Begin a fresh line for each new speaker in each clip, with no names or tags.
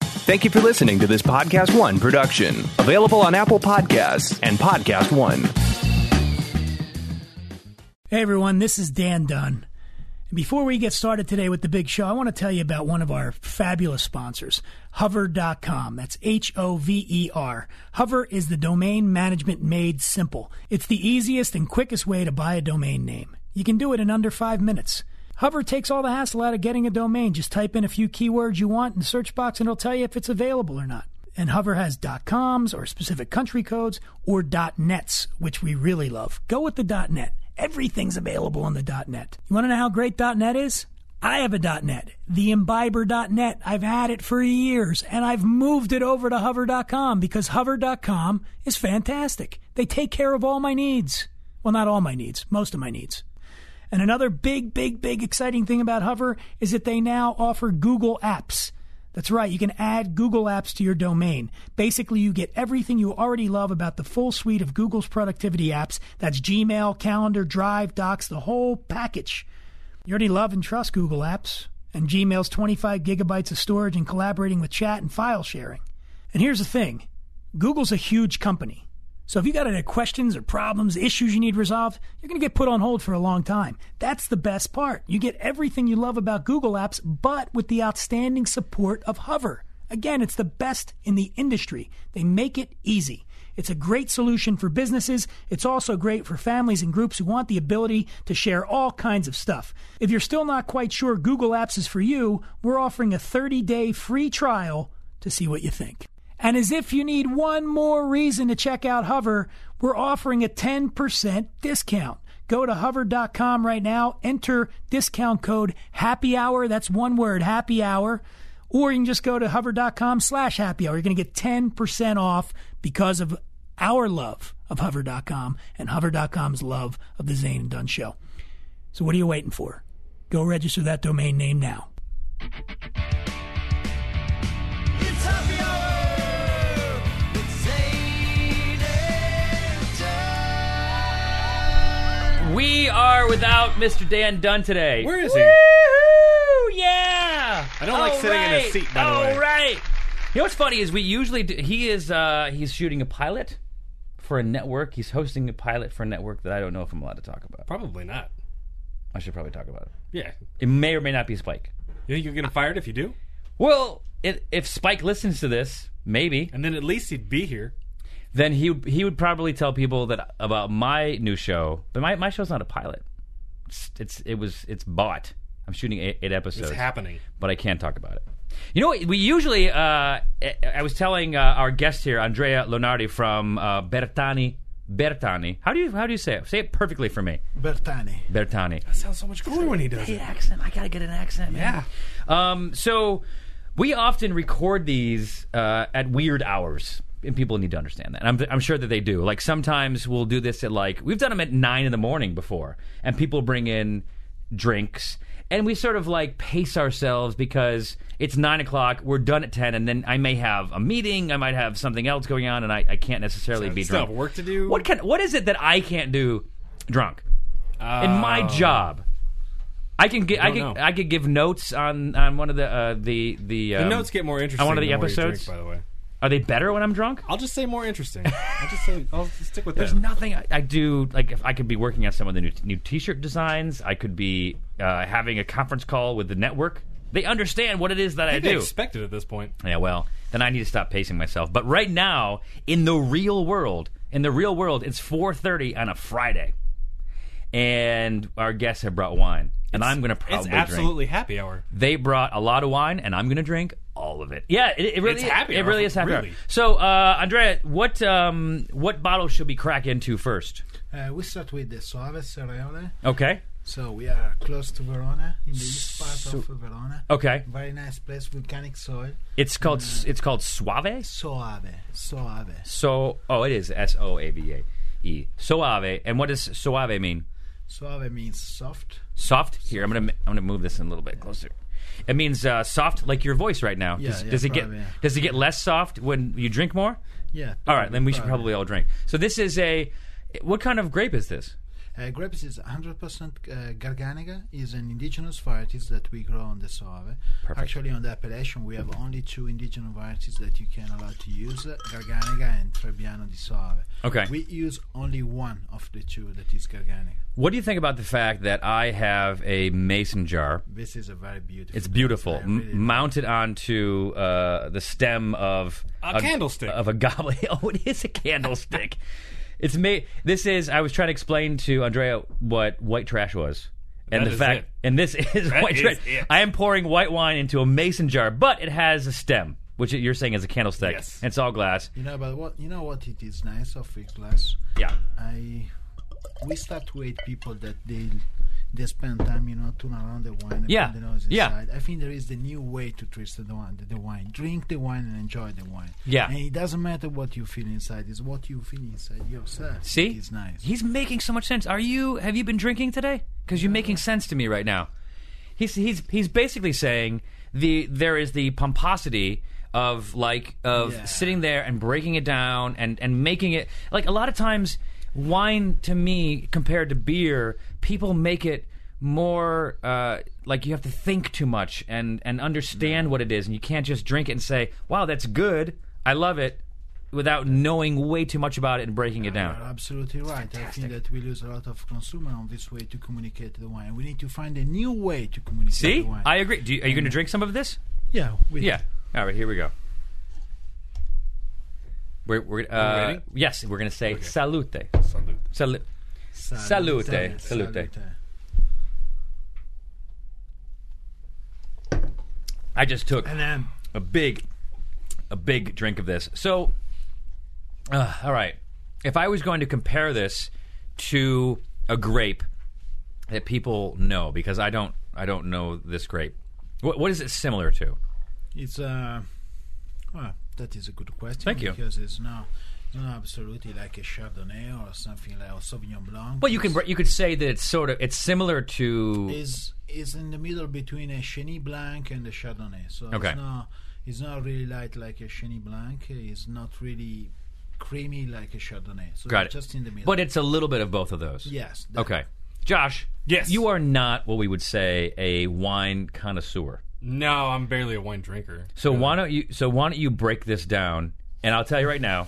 Thank you for listening to this Podcast One production, available on Apple Podcasts and Podcast One.
Hey everyone, this is Dan Dunn. And before we get started today with the big show, I want to tell you about one of our fabulous sponsors, hover.com. That's H O V E R. Hover is the domain management made simple. It's the easiest and quickest way to buy a domain name. You can do it in under 5 minutes. Hover takes all the hassle out of getting a domain. Just type in a few keywords you want in the search box and it'll tell you if it's available or not. And Hover has .coms or specific country codes or .nets, which we really love. Go with the .net. Everything's available on the .net. You want to know how great .net is? I have a .net, the imbiber.net. I've had it for years and I've moved it over to hover.com because hover.com is fantastic. They take care of all my needs. Well, not all my needs, most of my needs. And another big, big, big exciting thing about Hover is that they now offer Google Apps. That's right, you can add Google Apps to your domain. Basically, you get everything you already love about the full suite of Google's productivity apps. That's Gmail, Calendar, Drive, Docs, the whole package. You already love and trust Google Apps and Gmail's 25 gigabytes of storage and collaborating with chat and file sharing. And here's the thing Google's a huge company. So if you got any questions or problems, issues you need resolved, you're going to get put on hold for a long time. That's the best part. You get everything you love about Google Apps, but with the outstanding support of Hover. Again, it's the best in the industry. They make it easy. It's a great solution for businesses. It's also great for families and groups who want the ability to share all kinds of stuff. If you're still not quite sure Google Apps is for you, we're offering a 30-day free trial to see what you think. And as if you need one more reason to check out Hover, we're offering a 10% discount. Go to hover.com right now, enter discount code happy hour. That's one word, happy hour. Or you can just go to hover.com slash happy hour. You're going to get 10% off because of our love of hover.com and hover.com's love of the Zane and Dunn show. So what are you waiting for? Go register that domain name now.
It's happy hour with Zane and Dad.
We are without Mr. Dan Dunn today.
Where is he?
Woohoo! Yeah.
I don't like
All
sitting in a
right.
seat, by the way.
All right. You know what's funny is we usually do, he is uh, he's shooting a pilot for a network. He's hosting a pilot for a network that I don't know if I'm allowed to talk about.
Probably not.
I should probably talk about it.
Yeah.
It may or may not be Spike.
You think you're gonna fire it if you do?
Well, it, if Spike listens to this, maybe
And then at least he'd be here.
then he would he would probably tell people that about my new show. But my my show's not a pilot. It's, it's it was it's bought. I'm shooting eight, eight episodes.
It's happening.
but I can't talk about it. You know, what? we usually, uh, I I was telling uh, our guest here, Andrea Lonardi from uh, Bertani. Bertani. How do you how do you say it? Say it perfectly for me.
Bertani.
Bertani.
Sounds so much cooler when he does it.
accent. I gotta get an accent.
Yeah.
Um, so we often record these uh, at weird hours. And people need to understand that. And I'm, I'm sure that they do. Like sometimes we'll do this at like we've done them at nine in the morning before, and people bring in drinks, and we sort of like pace ourselves because it's nine o'clock. We're done at ten, and then I may have a meeting. I might have something else going on, and I, I can't necessarily be
Still have
drunk.
work to do.
What can? What is it that I can't do drunk? in my job. I can get, I
Um,
can
don't know.
I could give notes on on one of the uh, the the,
The
um,
notes get more interesting.
On one of
the
the
more you
episodes.
drink, by the way,
Are they better when I'm drunk?
I'll just say more interesting. I'll just say I'll stick with
There's
that.
nothing I, I do like if I could be working on some of the new new T-shirt designs. I could be uh, having a conference call with the network. They understand what it is that I,
They
do.
expect it at this point.
yeah, well, then I need to stop pacing myself. But right now, in the real world, in the real world, it's 4:30 on a Friday, and our guests have brought wine, and I'm going to
It's
probably drink.
absolutely happy hour.
they brought a lot of wine, and I'm going to drink all of it. Yeah, it, it really
It's
is
happy
It
hour,
really is happy. hour.
really.
So, uh, Andrea, what um, what bottle should we crack into first?
Uh, we start with the Soave Serraiole.
Okay,
So we are close to Verona, in the east part of Verona.
okay.
Very nice place, volcanic soil.
It's called s it's called Suave.
Soave, soave.
So, oh, it is S O A V A E. Suave. And what does suave mean?
Soave means soft.
Soft. Here, I'm gonna I'm gonna move this in a little bit closer. It means uh, soft, like your voice right now.
Yeah,
does,
yeah,
does it get
probably, yeah.
does it get less soft when you drink more?
Yeah.
All right, then we should probably all drink. So this is a what kind of grape is this?
Uh, grapes is 100% uh, Garganiga, is an indigenous varieties that we grow on the Soave. Actually, on the appellation, we have only two indigenous varieties that you can allow to use, uh, Garganiga and Trebbiano di Soave.
Okay.
We use only one of the two that is Garganiga.
What do you think about the fact that I have a mason jar?
This is a very beautiful.
It's beautiful,
I
m-
really like
mounted onto uh, the stem of
A candlestick.
of a goblet. Oh, it is a candlestick. it's made. This is. I was trying to explain to Andrea what white trash was, and
That
the
is
fact,
it.
and this is white
is
trash.
it.
I am pouring white wine into a mason jar, but it has a stem, which you're saying is a candlestick.
Yes.
and it's all glass.
You know, but what you know what it is nice of a class.
Yeah.
I we start to eight people that they they spend time, you know, tune around the wine and
Yeah,
put the nose
yeah.
inside. I think there is the new way to taste the wine, the, the wine. Drink the wine and enjoy the wine.
Yeah.
and it doesn't matter what you feel inside; it's what you feel inside yourself.
See,
it's nice.
He's making so much sense. Are you? Have you been drinking today? Because you're making sense to me right now. He's he's he's basically saying the there is the pomposity of like of
Yeah.
sitting there and breaking it down and and making it like a lot of times wine to me compared to beer people make it more uh, like you have to think too much and and understand what it is and you can't just drink it and say wow that's good I love it without knowing way too much about it and breaking it down.
You're absolutely right. I think that we lose a lot of consumer on this way to communicate the wine. We need to find a new way to communicate the
See,
wine.
I agree. Do you, are you going to drink some of this?
yeah, we
Yeah. All right, here we go. We're, we're, uh,
ready?
Yes, we're going to say salute.
Salute.
Salute. Salute. eh? Salute. I just took
And um, then
a big, a big drink of this. So, uh, all right, if I was going to compare this to a grape that people know, because I don't, I don't know this grape. What, what is it similar to?
It's uh, well, that is a good question.
Thank you.
Because it's not, it's not absolutely like a Chardonnay or something like or Sauvignon Blanc.
Well, you can
It's-
you could say that it's sort of it's similar to
is is in the middle between a Chenin Blanc and a Chardonnay. So
Okay.
it's not it's not really light like a Chenin Blanc. It's not really creamy like a Chardonnay. So
Got it.
it's just in the middle.
but it's a little bit of both of those.
yes. that-
Okay. Josh.
Yes.
You are not what we would say a wine connoisseur.
No, I'm barely a wine drinker.
So why don't you? So why don't you break this down? And I'll tell you right now,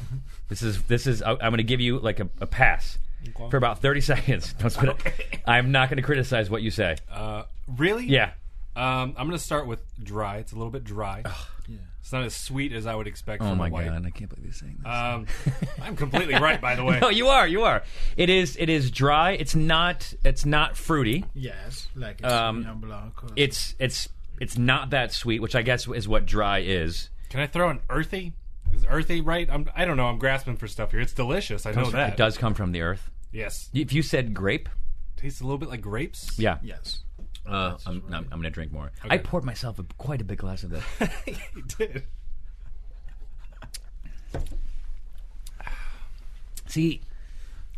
this is this is. I- I'm going to give you like a, a pass
Okay.
for about 30 seconds. Don't spit it. I'm not going to criticize what you say.
Uh, really?
yeah.
Um, I'm gonna start with dry. It's a little bit dry.
Yeah.
It's not as sweet as I would expect
Oh
from
my
a white.
god, I can't believe you're saying this.
Um, I'm completely right, by the way.
no, you are. You are. It is. It is dry. It's not. It's not fruity.
Yes, like a
Um,
Sauvignon Blanc. Or
It's. It's. It's not that sweet, which I guess is what dry is.
Can I throw an earthy? Is earthy right? I'm, I don't know. I'm grasping for stuff here. It's delicious. I know that.
It does come from the earth.
Yes.
If you said grape,
Tastes a little bit like grapes.
yeah,
yes.
Uh, I'm, I'm, I'm going to drink more. I poured myself a, quite a big glass of this.
You did.
See,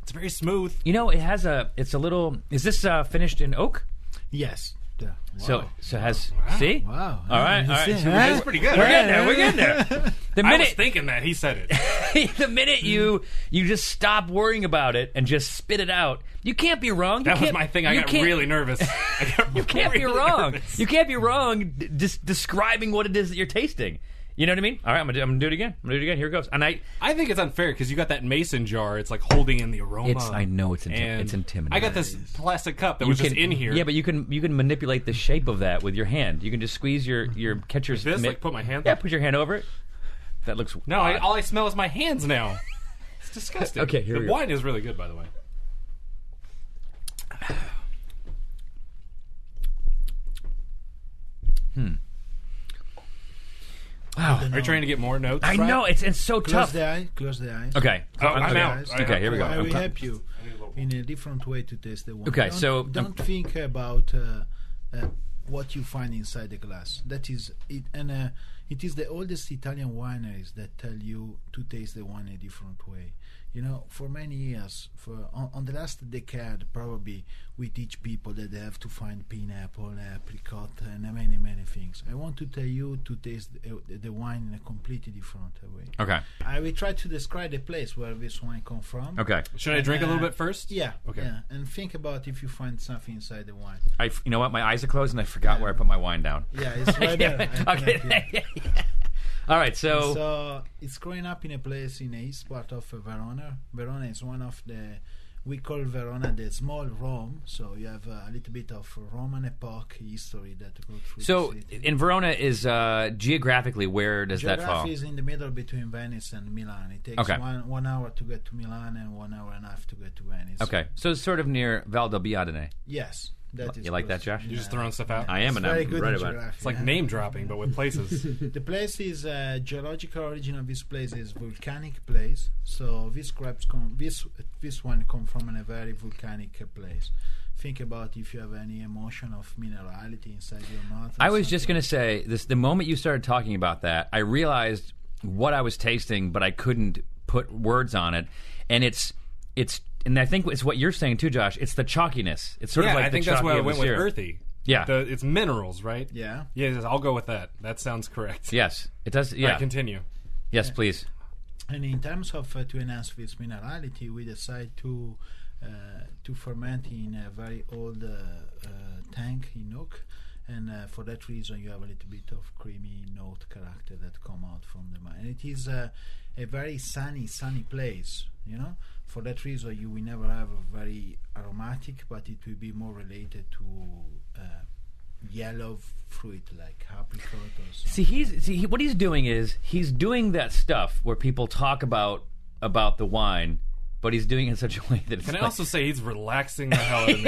It's very smooth.
you know, it has a. It's a little. Is this uh, finished in oak?
Yes. Yeah.
So, so it has. See.
Wow.
All right, all
You
right.
see,
So we're
huh?
It's pretty good.
We're getting there. We're getting there. The
I was
minute,
thinking that he said it.
the minute you you just stop worrying about it and just spit it out, you can't be wrong. You
That was
can't-
my thing. I
you
got
can't-
really nervous. I got
You can't be
really
wrong.
nervous.
You can't be wrong. d- Just describing what it is that you're tasting. You know what I mean? All right, I'm gonna, do- I'm gonna do it again. I'm gonna do it again. Here it goes. And I,
I think it's unfair because you got that mason jar. It's like holding in the aroma.
It's- I know it's inti-
And
it's intimidating.
I got this plastic cup that
You
was just in here.
Yeah, but you can you can manipulate the shape of that with your hand. You can just squeeze your your catcher's
this,
mitt-
like, put my hand.
yeah, put your hand over it. That looks
No, I,
odd.
all I smell is my hands now. It's disgusting.
Okay, here
the
we go.
wine is really good, by the way.
Wow.
Are you trying to get more notes?
I know it's it's so
Close
tough.
the eye. Close the eyes.
Okay,
Oh, I'm
okay.
out. I
Okay, here we go.
have-
I
I'm
will
co-
help you in a different way to taste the wine.
Okay,
Don't-
so-
don't think about uh, uh, what you find inside the glass. That is it, and uh, It is the oldest Italian wineries that tell you to taste the wine a different way. You know, for many years, for on, on the last decade, probably we teach people that they have to find pineapple, apricot, and many many things. I want to tell you to taste the, the wine in a completely different way.
Okay.
I will try to describe the place where this wine come from.
Okay.
Should I drink a little
Uh,
bit first?
Yeah.
Okay.
Yeah. And think about if you find something inside the wine.
I, f- you know what? My eyes are closed, and I forgot where I put my wine down.
Yeah, it's right there. I think, yeah.
okay. All right. So,
So it's growing up in a place in the east part of uh, Verona. Verona is one of the we call Verona the small Rome. So you have uh, a little bit of Roman epoch history that go through.
so
the city.
in Verona is uh, geographically where does that
Geography
fall?
is in the middle between Venice and Milan. It takes
Okay.
one, one hour to get to Milan and one hour and a half to get to Venice.
Okay. So it's sort of near Val del Biadene.
Yes, that is
You like that,
close.
Josh?
You're just throwing stuff out.
I am, and
It's very
I'm
good
right
in
about it.
geography,
It's like
yeah.
name dropping, but with places.
The place is uh, geological origin of this place is volcanic place. So these crabs come this this one come from a very volcanic uh, place. Think about if you have any emotion of minerality inside your mouth. or
I was just
something.
going to say this the moment you started talking about that, I realized what I was tasting, but I couldn't put words on it. And it's it's and I think it's what you're saying too, Josh. It's the chalkiness. It's sort
yeah,
of like
I
the
think that's
chalky
why I
of the
went with
syrup.
earthy.
Yeah.
The, it's minerals, right?
Yeah.
Yeah, yes, I'll go with that. That sounds correct.
Yes, it does.
All
Yeah.
right, continue.
yes, please.
And in terms of uh, to enhance this minerality, we decide to uh, to ferment in a very old uh, uh, tank in oak, and uh, for that reason, you have a little bit of creamy note character that come out from the mine. And it is uh, a very sunny, sunny place, you know. For that reason, you will never have a very aromatic, but it will be more related to. Uh, Yellow fruit like apricot or something.
See, he's see he, what he's doing is he's doing that stuff where people talk about about the wine, but he's doing it in such a way that it's
Can I
like-
also say he's relaxing the hell out of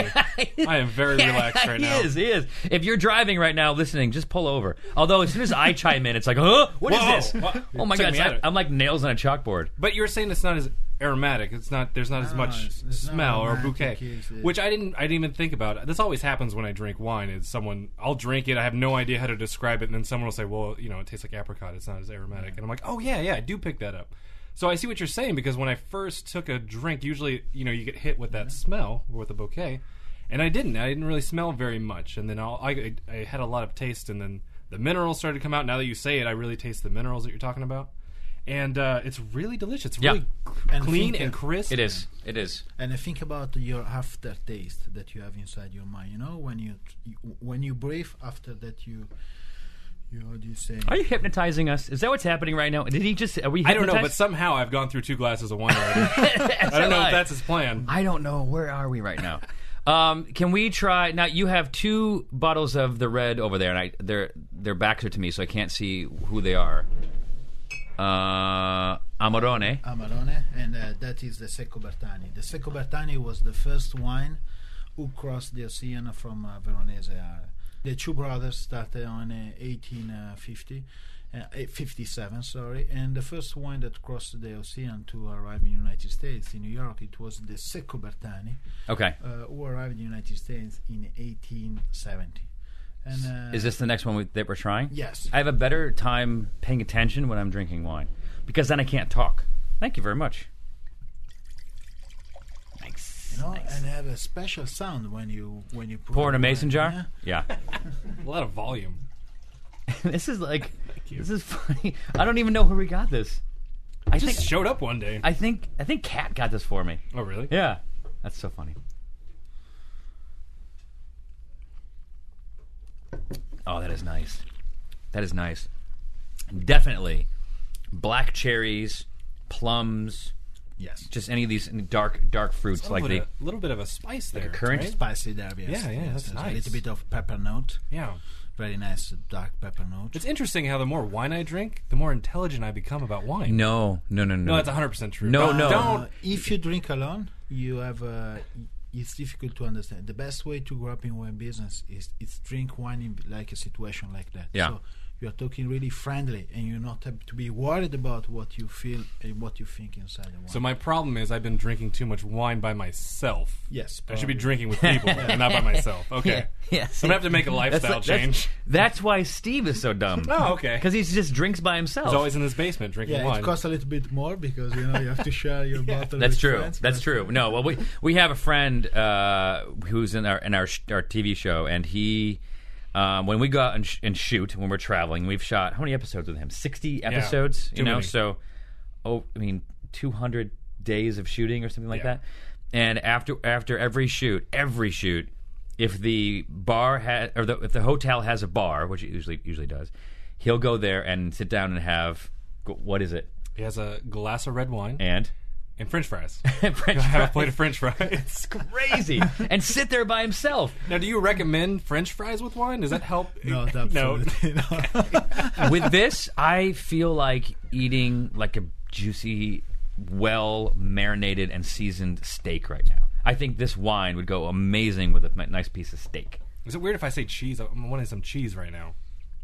me? I am very relaxed right
he
now.
is, he is. If you're driving right now listening, just pull over. Although as soon as I chime in, it's like, huh? What is
Whoa,
this?
what?
Oh my
Took
god,
me
it's
out of
like,
it.
I'm like nails on a chalkboard.
But you were saying it's not as aromatic. It's not. There's not as
No,
much
it's- it's not
smell or
aromatic,
bouquet,
yes, yes.
which I didn't. I didn't even think about. This always happens when I drink wine. Is someone I'll drink it. I have no idea how to describe it, and then someone will say, "Well, you know, it tastes like apricot. It's not as aromatic." And I'm like, "Oh yeah, yeah, I do pick that up." So I see what you're saying because when I first took a drink, usually you know you get hit with that smell with the bouquet, and I didn't. I didn't really smell very much, and then I'll, I I had a lot of taste, and then the minerals started to come out. Now that you say it, I really taste the minerals that you're talking about. And uh, it's really delicious. It's
Yeah.
really
And
clean
think,
and
uh,
crisp.
It is. It is.
and I think about your aftertaste that you have inside your mind. You know, when you, you when you breathe after that, you you how do you say?
Are you hypnotizing us? Is that what's happening right now? Did he just? Are we?
I don't know, but
hypnotized?
somehow I've gone through two glasses of wine already. I don't know if that's his plan.
I don't know. Where are we right now? Um, can we try now? You have two bottles of the red over there, and I their their backs are to me, so I can't see who they are. Uh, Amarone.
Amarone, and uh, that is the Secco Bertani. The Secco Bertani was the first wine who crossed the ocean from uh, Veronese area. The two brothers started on uh, 1850, uh, eh, 57, sorry, and the first wine that crossed the ocean to arrive in the United States, in New York, it was the Secco Bertani.
Okay,
uh, who arrived in the United States in 1870. And uh,
is this the next one we, that we're trying?
Yes.
I have a better time paying attention when I'm drinking wine because then I can't talk. Thank you very much. Thanks.
you know, and have a special sound when you when you pour,
Pour in a
wine,
mason
yeah?
jar. Yeah.
A lot of volume.
this is like this is funny. I don't even know where we got this. I
Just
think
showed up one day.
I think I think Kat got this for me.
oh, really?
Yeah, that's so funny. Oh, that is nice. That is nice. Definitely black cherries, plums,
Yes.
just any of these dark dark fruits
A
like
little,
the
bit of, little bit of a spice there.
current
right?
Spicy there, yes.
Yeah, yeah,
yes,
that's
there's
nice.
A little bit of pepper note,
Yeah.
very nice dark pepper note.
It's interesting how the more wine I drink, the more intelligent I become about wine.
No, no, no, no.
No, that's 100% true.
No,
But
Oh, no.
Don't.
if you drink alone, you have uh, it's difficult to understand. The best way to grow up in wine business is it's drink wine in like a situation like that.
Yeah.
So you are talking really friendly, and you're not have to be worried about what you feel and what you think inside the wine.
So my problem is I've been drinking too much wine by myself.
Yes,
I should be
probably.
drinking with people, and not by myself. Okay.
Yeah,
I'm gonna have to make a
That's
lifestyle
like- that's-
change.
That's why Steve is so dumb.
Oh, okay.
Because he just drinks by himself.
He's always in his basement drinking
yeah,
wine.
it costs a little bit more because you know you have to share your bottle.
That's
with
true.
friends,
That's
but-
true. No, well, we we have a friend uh, who's in our in our sh- our TV show, and he. Um, when we go out and, sh- and shoot, when we're traveling, we've shot how many episodes with him? Sixty episodes,
too
you know.
many.
So, oh, I mean, two hundred days of shooting or something like
Yeah.
that. And after after every shoot, every shoot, if the bar has or the, if the hotel has a bar, which it usually usually does, he'll go there and sit down and have what is it
He has a glass of red wine
and
and French fries.
French
I have a
fries.
plate of French fries.
crazy and sit there by himself
now, do you recommend French fries with wine? Does that help?
No, absolutely no.
with this i feel like eating like a juicy well marinated and seasoned steak right now i think this wine would go amazing with a m- nice piece of steak
Is it weird if I say cheese? I'm wanting some cheese right now.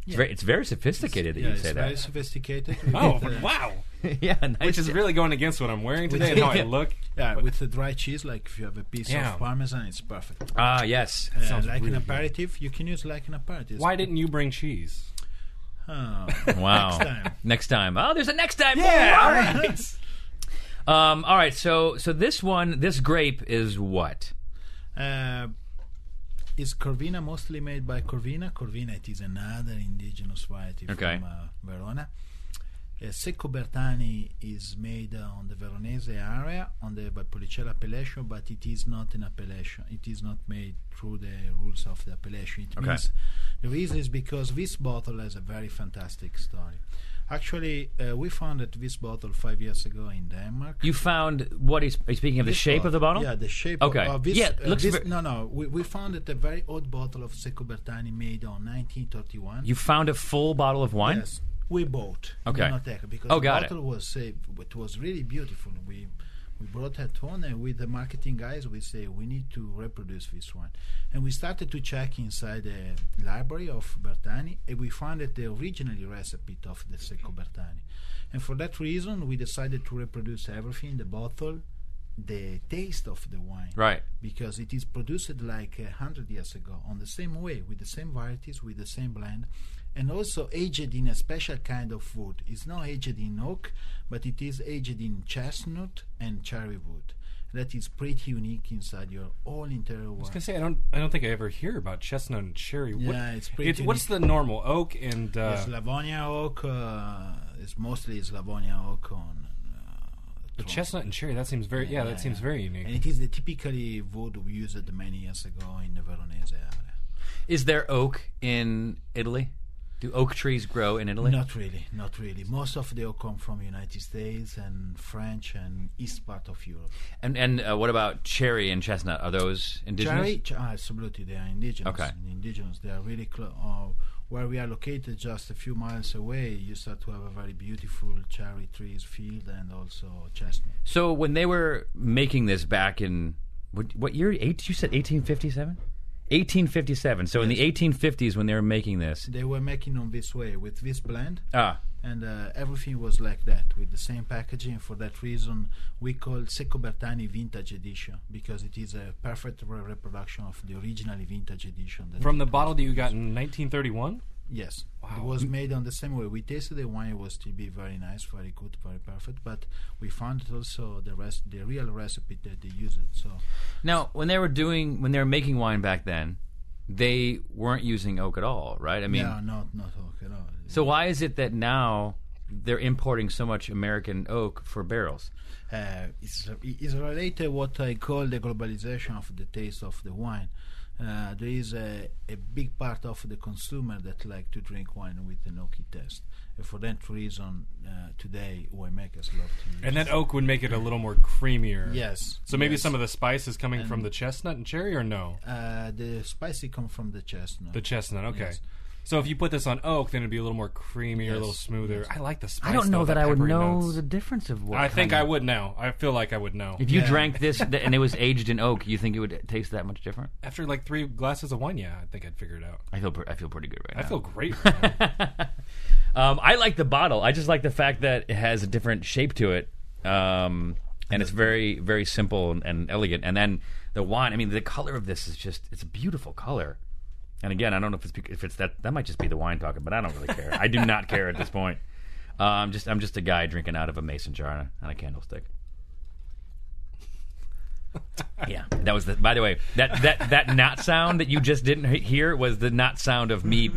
it's, very, it's very sophisticated
yeah,
that you
it's
say
very
that
sophisticated.
Oh,
With, uh,
wow!
yeah nice
Which is really going against what I'm wearing today and how I look.
yeah, with the dry cheese, like if you have a piece
Yeah.
of parmesan, it's perfect.
ah yes
Uh,
sounds
like
really
an
good.
aperitif, you can use like an aperitif.
Why didn't you bring cheese?
Oh,
wow
Next time.
next time oh there's a next time
all
yeah
right.
um all right so so this one this grape is what
uh, is Corvina mostly made by Corvina? Corvina it is another indigenous variety
Okay.
from uh, Verona. Uh, Secco Bertani is made uh, on the Veronese area on the by Policella appellation, but it is not an appellation. It is not made through the rules of the appellation. It
Okay.
means the reason is because this bottle has a very fantastic story. Actually, uh, we found that this bottle five years ago in Denmark.
you found what he's are you speaking of the
This
shape of the bottle
Yeah, the shape.
Okay.
Of, of this,
Yeah, it
uh,
looks
this-
ver-
no, no. We, we found that a very old bottle of Secco Bertani made on 1931.
You found a full bottle of wine?
yes, we bought. we
Okay.
did Not take, it because
Oh,
the
got it.
bottle was saved. It was really beautiful. We we brought it on, and with the marketing guys, we say we need to reproduce this one. And we started to check inside the library of Bertani, and we found that the originally recipe of the Secco Bertani. And for that reason, we decided to reproduce everything: the bottle, the taste of the wine,
Right.
because it is produced like a hundred years ago on the same way with the same varieties with the same blend and also aged in a special kind of wood it's not aged in oak but it is aged in chestnut and cherry wood that is pretty unique inside your whole interior
I was
wine
gonna say I don't. I don't think I ever hear about chestnut and cherry.
Yeah, it's pretty
what's the normal oak and uh,
it's Livonia oak uh, it's mostly it's Livonia oak on uh,
the chestnut and cherry? That seems very. Yeah, that seems very unique.
and it is the typically wood we used many years ago in the Veronese area
Is there oak in Italy? Do oak trees grow in Italy?
Not really, not really. Most of them come from United States and French and east part of Europe.
And and uh, what about cherry and chestnut? Are those indigenous?
Cherry, ch- ah, absolutely, they are indigenous.
Okay.
Indigenous, they are really close. Uh, where we are located, just a few miles away, you start to have a very beautiful cherry trees field and also chestnut.
So when they were making this back in what, what year? Eight? You said 1857. 1857. So in the 1850s, when they were making this,
They were making on this way with this blend,
ah,
and uh, everything was like that with the same packaging. For that reason, we call Secco Bertani Vintage Edition because it is a perfect re- reproduction of the originally vintage edition. that
From the bottle that you got in 1931.
Yes. It was made on the same way. We tasted the wine. It was to be very nice, very good, very perfect. But we found it also the rest, the real recipe that they used. So
now when they were doing when they were making wine back then, they weren't using oak at all, right? I mean,
no, not not okay, no.
so why is it that now they're importing so much American oak for barrels?
uh, it's, it's related what I call the globalization of the taste of the wine. Uh, there is a, a big part of the consumer that like to drink wine with an oaky taste. And for that reason, uh, today winemakers love to use.
And that oak would make it a little more creamier.
yes.
So maybe
yes.
some of the spice is coming from the chestnut and cherry, or no?
uh, the spicy come from the chestnut.
The chestnut. Okay.
Yes.
So if you put this on oak, then it'd be a little more creamy or a little smoother. I like the spice.
I don't
though,
know that, I would
peppery
know
notes.
the difference of what.
I think
kind
I
of-
would know. I feel like I would know.
If you drank this th- and it was aged in oak, you think it would taste that much different?
After like three glasses of wine, yeah, I think I'd figure it out.
I feel pre- I feel pretty good right
I
now.
feel great. right now.
Um, I like the bottle. I just like the fact that it has a different shape to it, um, and it's very very simple and, and elegant. And then the wine. I mean, the color of this is just it's a beautiful color. And again, I don't know if it's bec- if it's that that might just be the wine talking, but I don't really care. I do not care at this point. Uh, I'm just I'm just a guy drinking out of a mason jar and a- and a candlestick. Yeah, that was the. By the way, that that that not sound that you just didn't he- hear was the not sound of me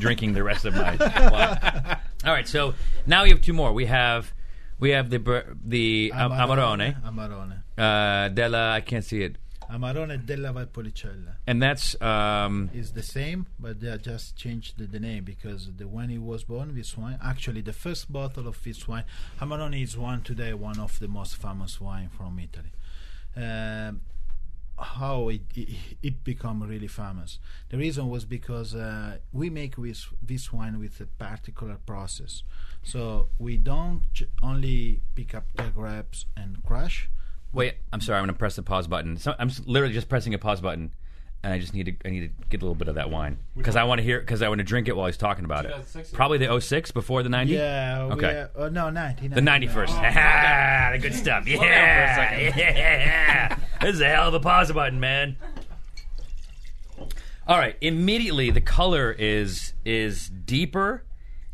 drinking the rest of my wine. All right, so now we have two more. We have we have the bur- the um, Amarone
Amarone.
uh, della. I can't see it,
Amarone della Valpolicella.
and that's um,
is the same, but they are just changed the, the name because the when he was born, this wine actually the first bottle of this wine, Amarone is one today one of the most famous wine from Italy. Um, how it, it it become really famous? The reason was because uh, we make this this wine with a particular process, so we don't j- only pick up the grapes and crush.
Wait, I'm sorry. I'm gonna press the pause button. So, I'm s literally just pressing a pause button, and I just need to I need to get a little bit of that wine because I want to hear because I want to drink it while he's talking about it.
2006 is-
Probably the 06 before the 90.
Yeah. we
Okay.
are- oh, no, ninety.
The 91st. Ah, the good stuff. Yeah. yeah. This is a hell of a pause button, man. All right, immediately the color is is deeper.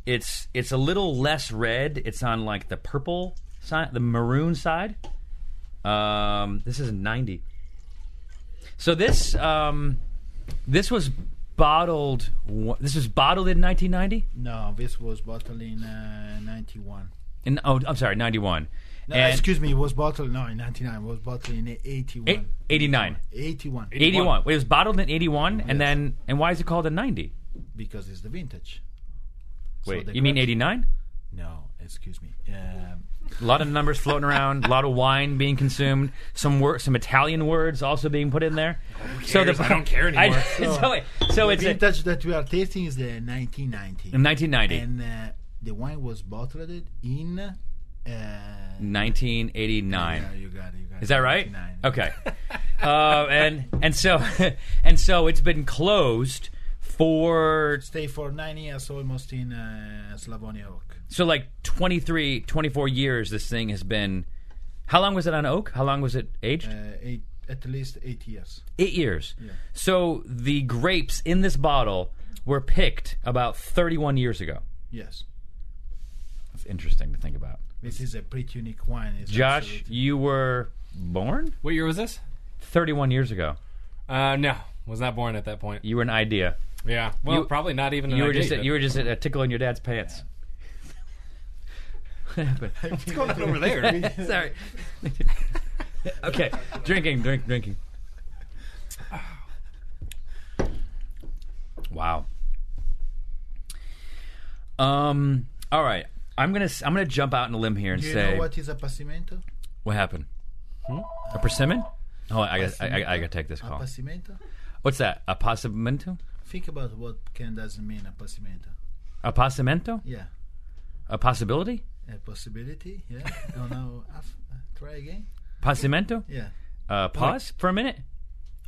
It's it's a little less red. It's on like the purple side, the maroon side. Um, this is 90. So this um, this was bottled wa- this was bottled in 1990?
No, this was bottled in uh, ninety-one.
In, oh, I'm sorry, 91.
No,
And-
excuse me, it was bottled no in ninety nine, was bottled in eighty
Eight-
one.
89.
Eighty one.
81. Wait, it was bottled in 81 and then and why is it called a 90?
Because it's the vintage. So
Wait,
the
you mean
grapes-
89?
No, excuse me. Um,
A lot of numbers floating around, a lot of wine being consumed, some wor- some Italian words also being put in there. So
cares? I don't care
I-
anymore.
so, it- so it's a-
vintage that we are tasting is the nineteen ninety.
in 1990.
And uh, the wine was bottled in uh,
1989.
yeah, you got it, you got
Is that right?
99.
Okay. uh, and and so and so it's been closed for
Stay for nine years almost in uh, Slavonia Oak.
so like 23 24 years this thing has been how long was it on oak? How long was it aged?
Uh, eight, at least eight years.
eight years. So the grapes in this bottle were picked about 31 years ago.
Yes.
That's interesting to think about.
This is a pretty unique wine. It's
Josh,
absolute-
you were born
what year was this?
31 years ago.
Uh, no, was not born at that point.
You were an idea.
Yeah, well,
You-
probably not even. an
You were
idea
just a,
yet.
you were just a, a tickle in your dad's pants.
What's going on over there?
Sorry. okay, drinking, drink, drinking. Wow. Um. All right. I'm gonna s- I'm gonna jump out on a limb here and
Do you
say
know what is a passimento?
What happened? A persimmon? Oh, I got I, I, I got to take this
A
call.
passimento?
What's that? A passamento?
Think about what can doesn't mean a passimento.
A passamento?
Yeah.
A possibility?
A possibility, yeah. Don't know. Af- uh, try again.
Passamento?
Yeah.
Uh, pause for a minute.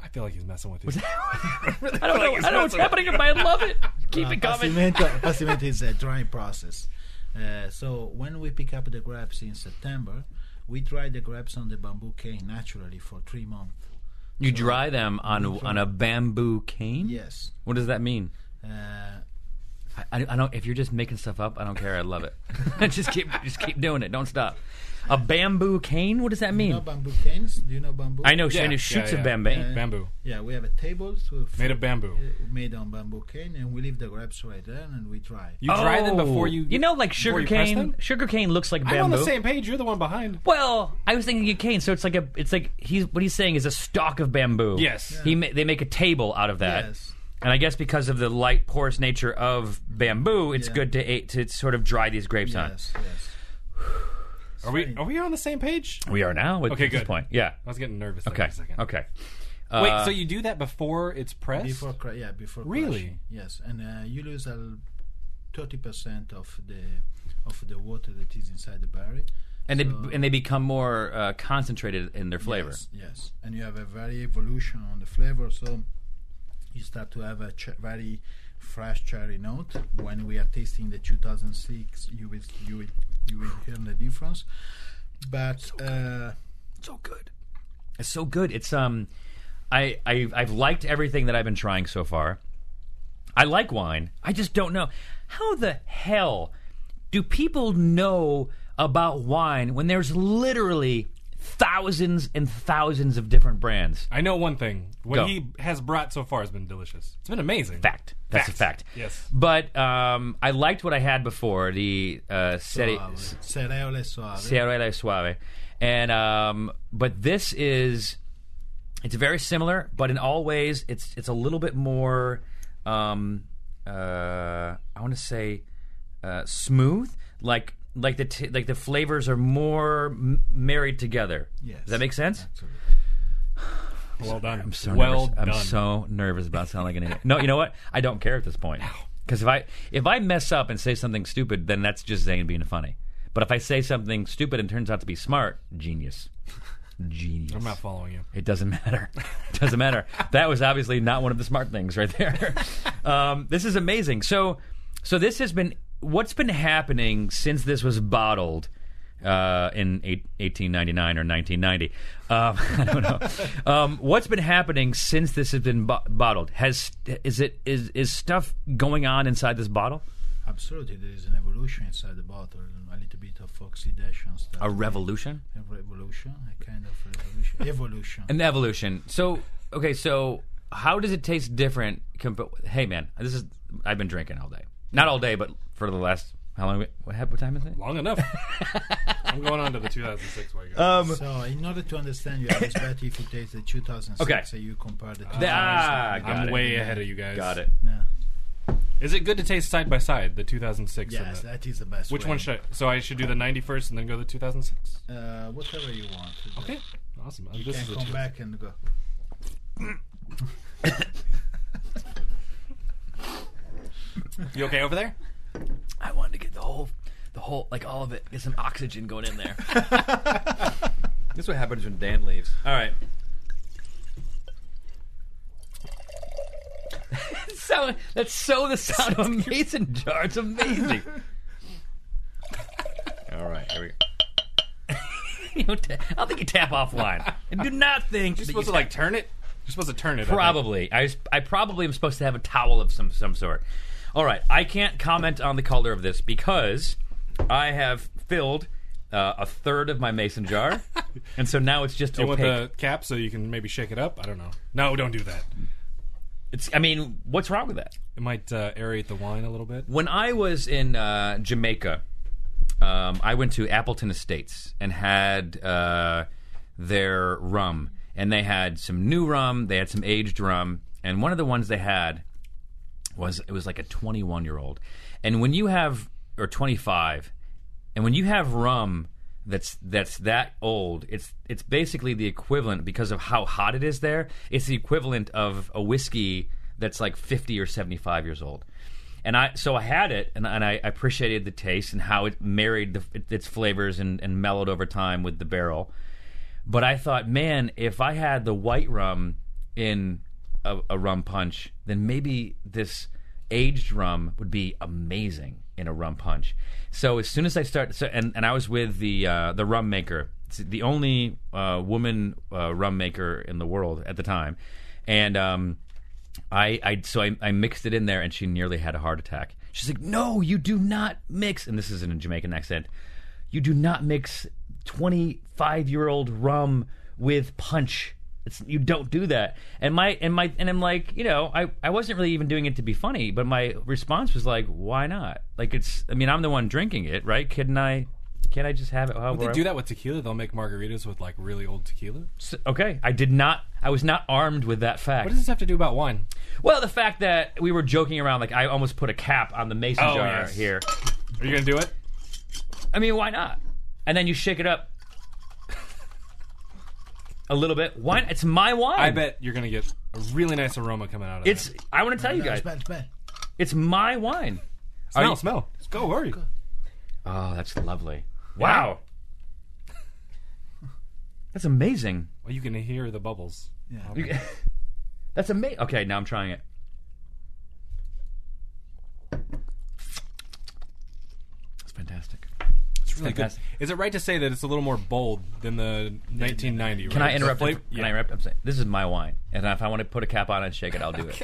I feel like he's messing with you.
I don't know, I don't know what's happening, but I love it. Keep it
Uh,
coming.
Passimento, passimento is a drying process. Uh, so when we pick up the grapes in September, we dry the grapes on the bamboo cane naturally for three months.
You dry them on on a bamboo cane.
Yes.
What does that mean?
Uh,
I, I I don't. If you're just making stuff up, I don't care. I love it. just keep just keep doing it. Don't stop. A bamboo cane. What does that
you
mean?
know bamboo canes? Do you know bamboo?
Hmm. I know.
Yeah,
I know
yeah,
shoots
yeah.
of bamboo.
bamboo,
Yeah, we have a table to uh,
made of bamboo.
made on bamboo cane, and we leave the grapes right there, and we dry.
You dry them before you.
Oh. You know, like
before
sugar
you press
cane.
them?
Sugar cane looks like bamboo.
I'm on the same page. You're the one behind.
Well, I was thinking a cane, so it's like a. It's like he's what he's saying is a stalk of bamboo.
Yes. Yeah.
He ma- they make a table out of that.
Yes.
And I guess because of the light porous nature of bamboo, it's
Yeah.
good to a- to sort of dry these grapes
Yes, yes.
Are we? Are we on the same page?
on. We are now at
Okay,
this
good.
point. Yeah.
I was getting nervous. there
Okay.
For a second.
Okay.
Wait,
Uh,
so you do that before it's pressed?
Before cra- yeah, before
Really?
crushing, yes, and uh, you lose a thirty percent of the of the water that is inside the barrel.
and
so-
they and they become more uh, concentrated in their flavor.
Yes, yes, and you have a very evolution on the flavor, so you start to have a ch- very fresh cherry note. When we are tasting the 2006, you will you will you will hear the difference. But uh,
so good. It's so good. It's um, I I I've liked everything that I've been trying so far. I like wine. I just don't know how the hell do people know about wine when there's literally thousands and thousands of different brands.
I know one thing. What
Go.
he has brought so far has been delicious. It's been amazing.
Fact. That's a fact.
Fact. Yes.
But um, I liked what I had before the uh, Seri-
suave, cereole suave.
Sierra Suave. And um, but this is it's very similar, but in all ways it's it's a little bit more um, uh, I want to say uh, smooth, like like the t- like the flavors are more m- married together.
Yes.
Does that make sense?
Absolutely.
Well done. I'm
so
well
nervous.
done.
I'm so nervous about sounding like an idiot. No, you know what? I don't care at this point. Because if I if I mess up and say something stupid, then that's just Zane being funny. But if I say something stupid and turns out to be smart, genius, genius.
I'm not following you.
It doesn't matter. It doesn't matter. That was obviously not one of the smart things right there. um, this is amazing. So, so this has been what's been happening since this was bottled uh, in eight, 1899 or 1990. Um, I don't know. um, what's been happening since this has been bo- bottled? Has is it is is stuff going on inside this bottle?
Absolutely, there is an evolution inside the bottle, a little bit of oxidation stuff.
A revolution?
a revolution, a kind of revolution, evolution.
An evolution. So okay, so how does it taste different? Comp- hey man, this is I've been drinking all day. Not all day, but for the last how long? What, hap- what time is it?
Long enough. I'm going on to the 2006 while you guys.
so, in order to understand you, it's better if you taste the 2006
Okay.
and you compare the two.
The- ah, got
I'm
it.
way ahead of you guys.
Got it.
Yeah.
Ah. Is it good to taste side by side the 2006? and
Yes,
the-
that is the best.
Which
way.
one should I? So I should do the 91st and then go to the 2006.
Uh, whatever you want.
Okay. Awesome.
You
this
can
is the
come
two-
back and go.
You okay over there?
I wanted to get the whole, the whole, like all of it. Get some oxygen going in there.
This is what happens when Dan leaves.
all right. so that's so the sound of a mason jar. It's amazing.
All right, here we go.
you don't ta- I don't think you tap offline. And do not think
You're
that you
supposed to like turn it. You're supposed to turn it. I think.
Probably. I, s- I probably am supposed to have a towel of some, some sort. All right. I can't comment on the color of this because I have filled uh, a third of my mason jar. and so now it's just
You want
opaque.
the cap so you can maybe shake it up? I don't know. No, don't do that.
It's, I mean, what's wrong with that?
It might uh, aerate the wine a little bit.
When I was in uh, Jamaica, um, I went to Appleton Estates and had uh, their rum. And they had some new rum, they had some aged rum. And one of the ones they had was it was like a 21 year old and when you have or 25 and when you have rum that's that's that old it's it's basically the equivalent because of how hot it is there it's the equivalent of a whiskey that's like 50 or 75 years old and I so I had it and, and I appreciated the taste and how it married the, its flavors and, and mellowed over time with the barrel but I thought, man, if I had the white rum in a, a rum punch, then maybe this aged rum would be amazing in a rum punch. So as soon as I start, so, and, and I was with the uh, the rum maker, it's the only uh, woman uh, rum maker in the world at the time, and um, I, I so I, I mixed it in there, and she nearly had a heart attack. She's like, "No, you do not mix." And this is in a Jamaican accent. You do not mix twenty-five-year-old rum with punch. It's, you don't do that. And my and my and I'm like, you know, I, I wasn't really even doing it to be funny, but my response was like, "Why not?" Like it's. I mean, I'm the one drinking it, right? Couldn't I? Can't I just have it? However,
They
I
do that with tequila. They'll make margaritas with like really old tequila.
want? Okay, I did not. I was not armed with that fact.
What does this have to do about wine?
Well, the fact that we were joking around, like I almost put a cap on the mason
Oh,
jar
yes.
here.
Are you gonna do it?
I mean, why not? And then you shake it up. a little bit. Wine. It's my wine.
I bet you're gonna get a really nice aroma coming out of
It's.
that.
I want to tell you guys.
Smell, smell.
It's my wine. Are
smell,
you-
smell. Let's go, hurry.
Oh, that's lovely. Wow. That's amazing.
Well, you can hear the bubbles.
You- That's amazing. Okay, now I'm trying it. That's fantastic.
It's really good.
fantastic.
Is it right to say that it's a little more bold than the 1990?
Can I interrupt? it-
The flavor-
Can I
Yeah,
interrupt? I'm saying this is my wine, and if I want to put a cap on it and shake it, I'll do it.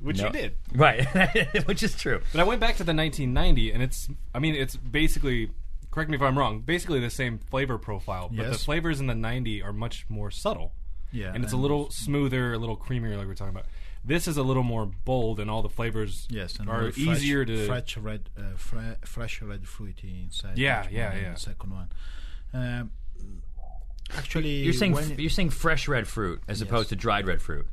Which
No.
you did.
Right, which is true.
But I went back to the 1990, and it's. I mean, it's basically. Correct me if I'm wrong. Basically, the same flavor profile, but the
Yes.
flavors in the 90 are much more subtle.
Yeah,
and it's a
and-
little smoother, a little creamier, like we're talking about. This is a little more bold, and all the flavors
Yes, and
are
more fresh-
easier to.
fresh red, uh, fre- fresh red fruity inside.
Yeah,
each
yeah,
one and
yeah.
The second one. Um, actually,
You're saying
when it-
you're saying fresh red fruit as opposed to dried red fruit,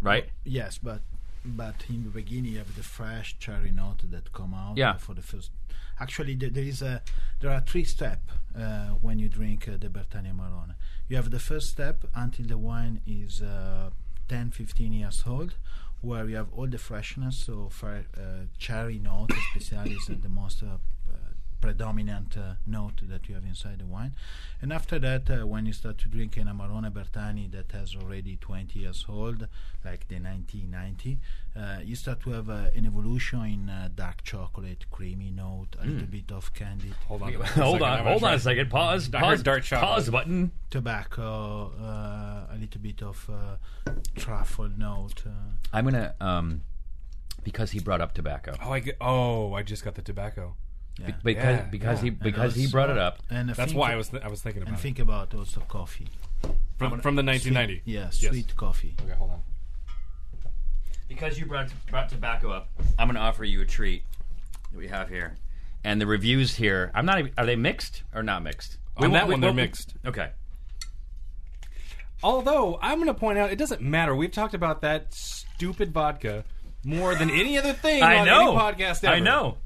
right?
yes, but but in the beginning you have the fresh cherry note that come out.
Yeah.
for the first. Actually, there, there is a there are three steps uh, when you drink uh, the Bertania Marone. You have the first step until the wine is uh, 10, 15 years old. Where you have all the freshness, so for uh, cherry note, especially is the most uh, uh, predominant uh, note that you have inside the wine. And after that, uh, when you start to drink an Amarone Bertani that has already 20 years old, like the 1990, uh, you start to have uh, an evolution in uh, dark chocolate, creamy note, a
Mm.
little bit of candied
Hold on.
Hold on, hold on a second. Pause.
I heard
Pause.
dark chocolate.
pause button.
tobacco, uh, a little bit of uh, truffle note. Uh,
I'm gonna um, because he brought up tobacco.
Oh, I, get- oh, I just got the tobacco.
yeah.
Because
Yeah,
because he because he
also-
brought it up.
And I
That's
think-
why I was th- I was thinking
And
about it.
think about also coffee.
from, from the 1990.
Yeah,
Yes.
sweet coffee.
Okay, hold on.
Because you brought brought tobacco up, I'm going to offer you a treat that we have here, and the reviews here. I'm not. even- Are they mixed or not mixed?
On
won't-
that one, they're
won't-
mixed.
Okay.
Although I'm going to point out, it doesn't matter. We've talked about that stupid vodka more than any other thing
I
on
know.
any podcast ever.
I know.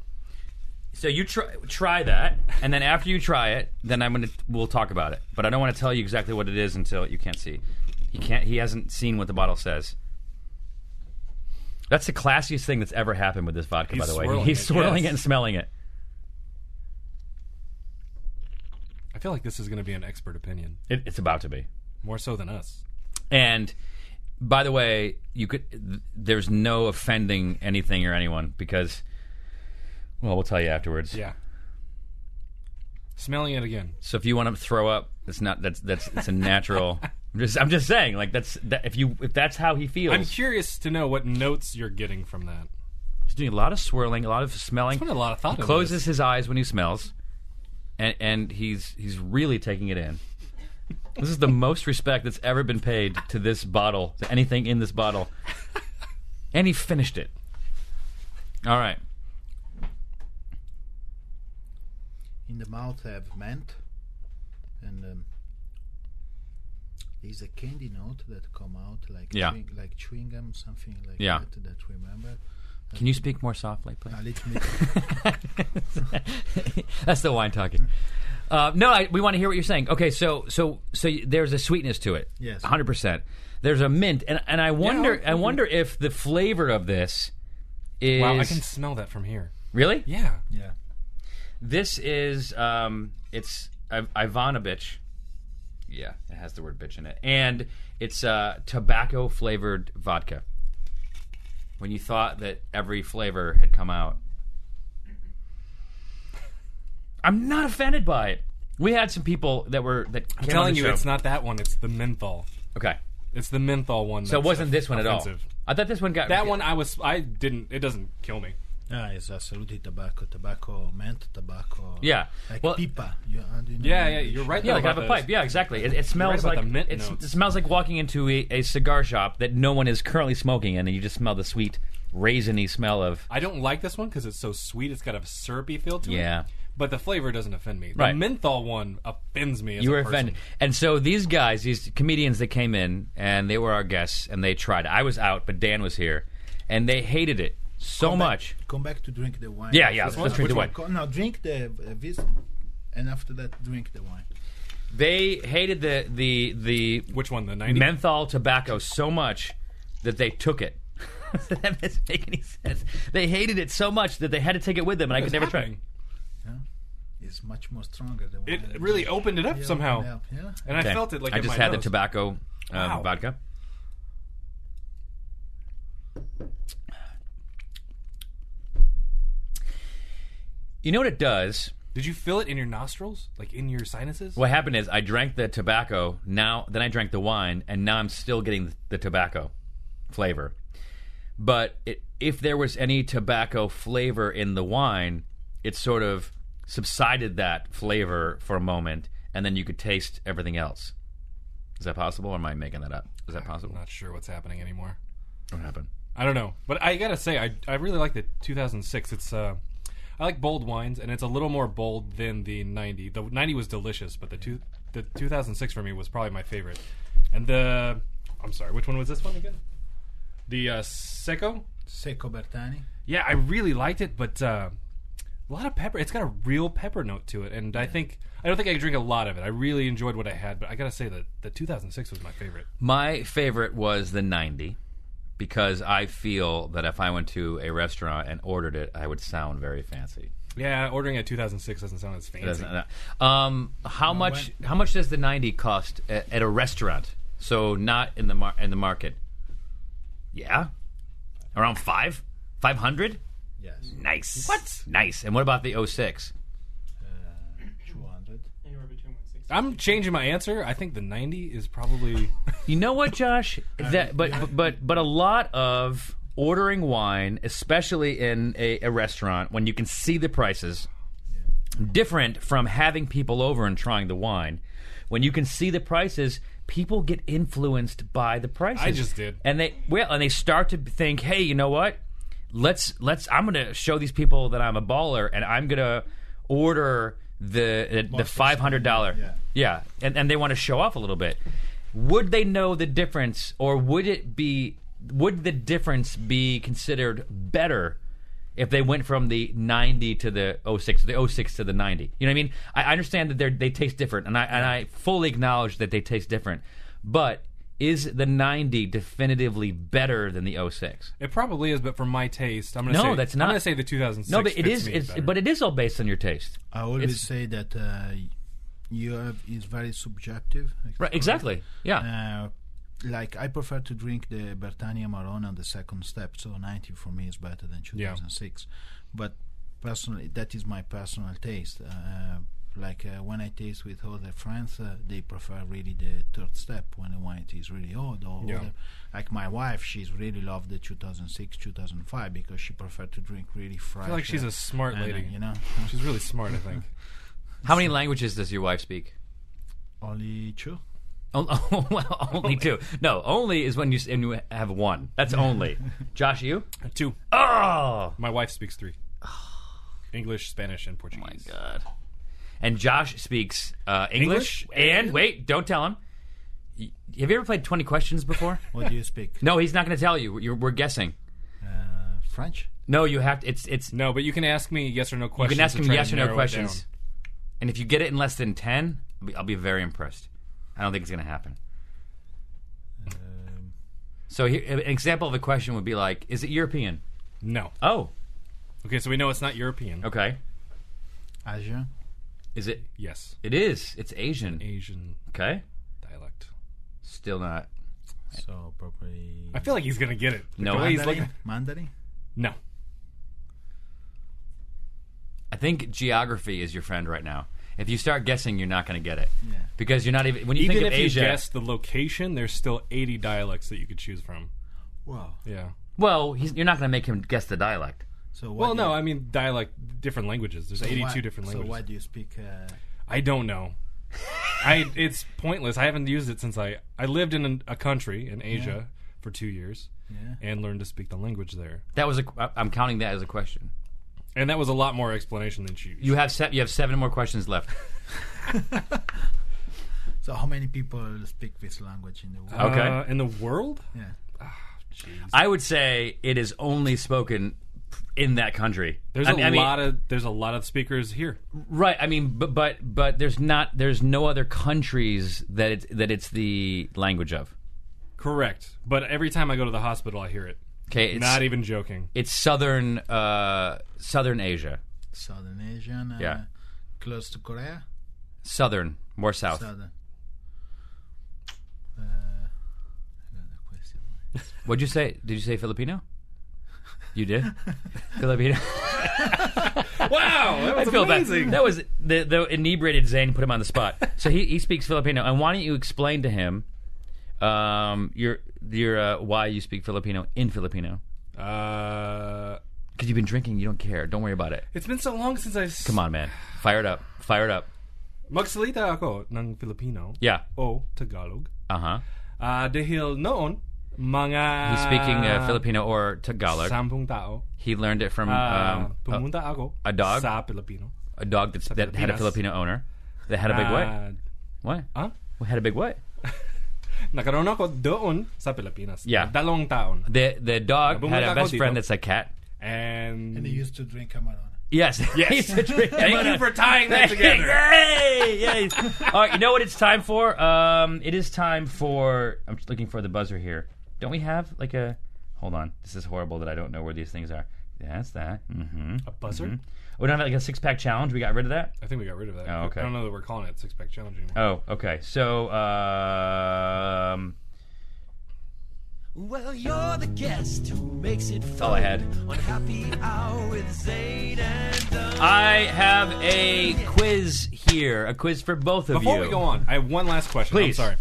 So you try try that, and then after you try it, then I'm gonna we'll talk about it. But I don't want to tell you exactly what it is until you can't see. He can't. He hasn't seen what the bottle says. That's the classiest thing that's ever happened with this vodka. by
He's
the way,
swirling
he's
it,
swirling
yes.
it and smelling it.
I feel like this is going to be an expert opinion,
it. It's about to be.
more so than us.
And by the way, you could. th- There's no offending anything or anyone because, well, we'll tell you afterwards.
Yeah. Smelling it again.
So if you want to throw up, that's not that's that's it's a natural. I'm just I'm just saying like that's that, if you if that's how he feels.
I'm curious to know what notes you're getting from that.
He's doing a lot of swirling, a lot of smelling.
Put a lot of thought. into
Closes
this.
his eyes when he smells, and and he's he's really taking it in. This is the most respect that's ever been paid to this bottle, to anything in this bottle. And he finished it. All right.
in the mouth I have mint and um, there's a candy note that come out like
Yeah.
chewing, like chewing gum something like
Yeah.
that that remember
Can you speak more softly, please?
a little bit
That's the wine talking. Uh, no, I, we want to hear what you're saying. Okay, so so so y- there's a sweetness to it.
Yes.
100. percent There's a mint, and and I wonder I wonder if the flavor of this is
Wow, I can smell that from here.
really
Yeah.
yeah
this is um it's I- Ivanovich. Yeah, it has the word bitch in it, and it's uh, tobacco flavored vodka. When you thought that every flavor had come out, I'm not offended by it. We had some people that were that came
I'm telling
on the
you,
show.
it's not that one. It's the menthol.
okay.
It's the menthol one.
So it wasn't this one
offensive.
at all. I thought this one got
That one I was I didn't it doesn't kill
Mm.
me.
ah it's absolutely tobacco tobacco mint tobacco
Yeah.
like
Well-
pipa you, how do you know
Yeah,
in
yeah,
English?
you're right
Yeah,
though
like I have a
about
pipe.
those.
Yeah, exactly. It, it smells
about
like
the mint
it's-
notes.
it smells like walking into a, a cigar shop that no one is currently smoking, and then you just smell the sweet raisiny smell of.
I don't like this one because it's so sweet. It's got a syrupy feel to it.
Yeah.
But the flavor doesn't offend me. The
Right.
menthol one offends me. As
You
a
were
person.
offended, and so these guys, these comedians that came in, and they were our guests, and they tried. I was out, but Dan was here, and they hated it
Oh,
so
come
much.
back, come back to drink the wine
Yeah, yeah,
First
let's drink the
one-
wine.
co- no drink the uh, this and after that drink the wine
They hated the the the
Which one? The 90?
menthol tobacco so much that they took it. that doesn't make any sense. They hated it so much that they had to take it with them, and I could never try.
It's much more stronger than
It
one that
really
just-
opened it up
Yeah,
somehow.
yeah, yeah.
And I
Okay.
felt it like
I
in
just
my
had the
nose.
tobacco um,
Wow.
vodka. You know what it does?
Did you feel it in your nostrils, like in your sinuses?
What happened is I drank the tobacco. Now, then I drank the wine, and now I'm still getting the tobacco flavor. But it, if there was any tobacco flavor in the wine, it sort of subsided that flavor for a moment, and then you could taste everything else. Is that possible? Or am I making that up? Is that
I'm
possible?
not sure what's happening anymore.
What happened?
I don't know, but I gotta say, I I really like the 2006. It's uh, I like bold wines, and it's a little more bold than the 90. The 90 was delicious, but the two the 2006 for me was probably my favorite. And the I'm sorry, which one was this one again? The uh, Seco.
Secco Bertani.
Yeah, I really liked it, but uh, a lot of pepper. It's got a real pepper note to it, and I think I don't think I could drink a lot of it. I really enjoyed what I had, but I gotta say that the 2006 was my favorite.
My favorite was the 90 because I feel that if I went to a restaurant and ordered it, I would sound very fancy.
Yeah, ordering a 2006 doesn't sound as fancy.
It doesn't- um, how much? How much does the ninety cost at, at a restaurant? So not in the mar- in the market. Yeah, around five, five hundred.
Yes.
Nice. What? Nice. And what about the 06?
200.
Anywhere between 160.
I'm changing my answer. I think the 90 is probably.
You know what, Josh? That but but- but but a lot of ordering wine, especially in a, a restaurant, when you can see the prices, different from having people over and trying the wine. When you can see the prices, people get influenced by the prices.
I just did.
and they well, and they start to think, hey, you know what? Let's let's. I'm gonna show these people that I'm a baller, and I'm gonna order the the five hundred dollar.
Yeah.
Yeah, and, and they want to show off a little bit. Would they know the difference, or would it be would the difference be considered better if they went from the 90 to the 06, the 06 to the 90? You know what I mean? I I understand that they they taste different, and I and I fully acknowledge that they taste different. But is the 90 definitively better than the 06?
It probably is, but for my taste, I'm gonna
No,
say
that's
I'm
not-
gonna say the 2006.
No, but it
fits
is.
me
It's,
better.
but it is all based on your taste.
I always
It's-
say that uh, Europe is very subjective.
Right? Exactly. Yeah.
Uh, like I prefer to drink the Bertani Amarone on the second step, so 90 for me is better than 2006. But personally, that is my personal taste. Uh, like uh, when I taste with other friends, uh, they prefer really the third step when the wine is really old. Or
Yeah.
other- like my wife, she's really loved the 2006, 2005 because she preferred to drink really fresh.
I feel like she's
uh,
a smart
and, uh,
lady.
you know,
She's really smart. I think.
How many languages does your wife speak?
only two.
Oh, oh, well, only two. No, only is when you, s- and you have one. That's only. Josh, you?
Two.
Oh!
My wife speaks three. English, Spanish, and Portuguese.
Oh God. And Josh speaks uh, English,
English
and,
and-
wait, don't tell him. Y- Have you ever played 20 questions before?
What do you speak?
no, he's not going to tell you. You're, we're guessing.
Uh, French?
No, you have to. It's, it's,
No, but you can ask me yes or no
you
questions.
can ask
to
him
try
yes
to
or no
narrow it
questions.
down.
And if you get it in less than 10, I'll be, I'll be very impressed. I don't think it's going to happen.
Um,
So, here, an example of a question would be like, is it European?
No.
Oh,
Okay, so we know it's not European.
okay.
Asia?
Is it?
Yes.
It is. It's Asian.
Asian
Okay.
dialect.
Still not.
So probably
I feel like he's gonna get it. Like,
No.
The way he's
Mandarin?
looking.
Mandarin?
No.
I think geography is your friend right now. If you start guessing, you're not going to get it.
Yeah.
Because you're not even when you
Even
think
if
of Asia.
you guess the location, there's still 80 dialects that you could choose from.
Wow.
Yeah.
well, he's, you're not going to make him guess the dialect.
So what
Well,
do you-
no, I mean dialect, different languages. There's
so
82
why-
different
So
languages.
why do you speak? Uh,
I don't know. I it's pointless. I haven't used it since I I lived in an, a country in Asia for two years
yeah.
and learned to speak the language there.
That was a. I- I'm counting that as a question.
And that was a lot more explanation than she.
You have se- you have seven more questions left.
So how many people speak this language in the world?
Uh,
Okay.
in the world,
yeah.
I would say it is only spoken in that country.
There's
a
a lot of there's a lot of speakers here.
Right. I mean, but but but there's not there's no other countries that it's that it's the language of.
Correct. But every time I go to the hospital, I hear it.
Okay, it's
Not even joking.
it's southern uh, southern Asia,
Southern Asian. Uh,
Uh-huh.
Yeah.
Close to Korea.
southern more south.
Southern. Uh, I got a question.
What'd you say? Did you say Filipino? You did Filipino.
Wow, that was
I feel bad.
amazing.
That was the, the inebriated Zane put him on the spot. So he, he speaks Filipino, and why don't you explain to him um, your your uh, why you speak Filipino in Filipino?
Uh,
Because you've been drinking, you don't care. Don't worry about it.
it's been so long since I s-
Come on, man, fire it up, fire it up.
Magsalita ako ng Filipino
Yeah.
o Tagalog.
Uh huh.
Uh, dahil noon mga
He's speaking uh, Filipino or Tagalog.
Sampung tao.
he learned it from
Uh,
um, a,
pumunta ako
a dog?
sa Filipino.
a dog that's, that had a
Pilipinas.
Filipino owner that had a big what?
Uh,
What?
huh?
Well, had a big what?
Nagkaroon ako doon sa Pilipinas.
Yeah.
Dalawang taon.
The the dog
Nabumunta
had a
ako
best
dito.
friend that's a cat.
And,
And they used to drink Camarón.
Yes. Yes.
thank you for tying that together.
Hey, yes. All right, you know what it's time for? Um, it is time for. I'm just looking for the buzzer here. Don't we have like a? Hold on, this is horrible that I don't know where these things are. That's that. Mm-hmm.
A buzzer?
We don't have like a six pack challenge. We got rid of that.
I think we got rid of that.
Oh, okay.
I don't know that we're calling it six pack challenge anymore.
Oh, okay. So, um,
Well, you're the guest who makes it fun.
all I had.
On Happy Hour with Zayn and Dunn.
I have a quiz here. A quiz for both of
Before
you.
we go on, I have one last question.
Please.
I'm sorry.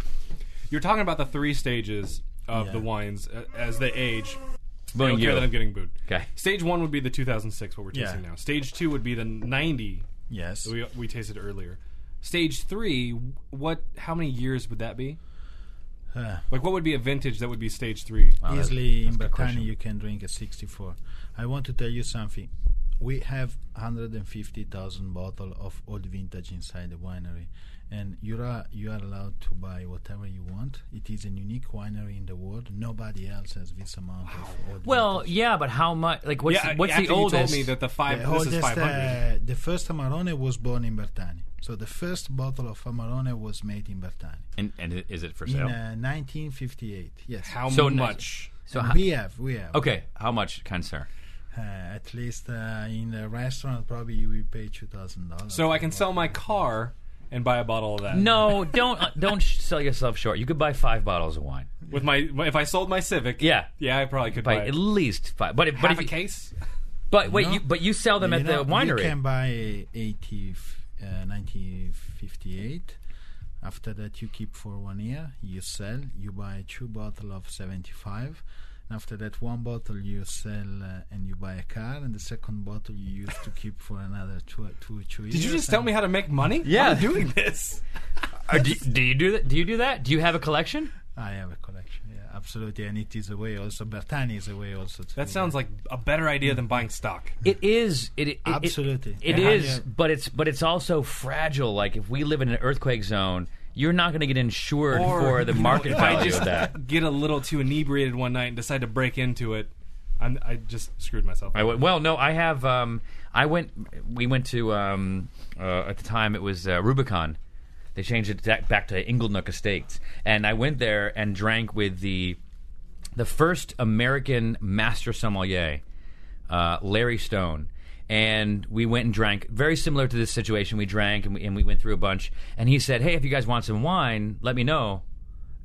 You're talking about the three stages of the wines uh, as they age. I
Booing
don't care that I'm
you.
getting booed.
Okay.
Stage one would be the 2006, what we're
Yeah.
tasting now. Stage two would be the 90
Yes.
that we, we tasted earlier. Stage three, what? How many years would that be?
Uh,
Like, what would be a vintage that would be stage three?
easily in
good
Britannia
question.
you can drink a 64 i want to tell you something we have 150000 bottle of old vintage inside the winery and you are you are allowed to buy whatever you want it is a unique winery in the world nobody else has this amount of old
Well,
vintage.
yeah, but how much? Like, what's
yeah,
what's
after
the oldest?
You told me that the five.
the,
this is
oldest,
500.
uh, the first Amarone was born in Bertani. So the first bottle of Amarone was made in Bertani
and, and is it for
in
sale?
uh, 1958. Yes.
how
So n-
much?
So
And
ho-
we have, we have.
okay, how much, kind sir?
Uh, at least uh, in the restaurant, probably you will pay two thousand dollars.
So I can sell my car and buy a bottle of that.
No, don't uh, don't sh- sell yourself short. You could buy five bottles of wine.
With my if I sold my Civic.
Yeah.
Yeah, I probably could
Buy
buy
at
it.
least five. But if,
half
but if
a
you,
case.
but wait,
No.
you, but you sell them at the winery.
You can buy a 80, f- uh, 1958. After that, you keep for one year. You sell. You buy two bottle of seventy-five. And after that, one bottle you sell uh, and you buy a car, and the second bottle you use to keep for another two, two, two years.
Did you just tell
and-
me how to make money?
Yeah.
I'm doing this.
Or do, do you do that? Do you do that? Do you have a collection?
I have a collection. Yeah, absolutely, and it is a way. Also, Bertani is a way. Also, to
That sounds like a better idea than buying stock.
It is. It, it it-
Absolutely.
It
Yeah.
is,
Yeah.
but it's but it's also fragile. Like if we live in an earthquake zone, you're not going to get insured
Or,
for the
you know,
market
if I
value
just-
of that.
Get a little too inebriated one night and decide to break into it. I'm, I just screwed myself.
I went, well, no, I have. Um, I went. We went to um, uh, at the time it was uh, Rubicon. They changed it back back to Inglenook Estates, and I went there and drank with the the first American master sommelier, uh, Larry Stone. And we went and drank, very similar to this situation. We drank and we, and we went through a bunch. And he said, "Hey, if you guys want some wine, let me know."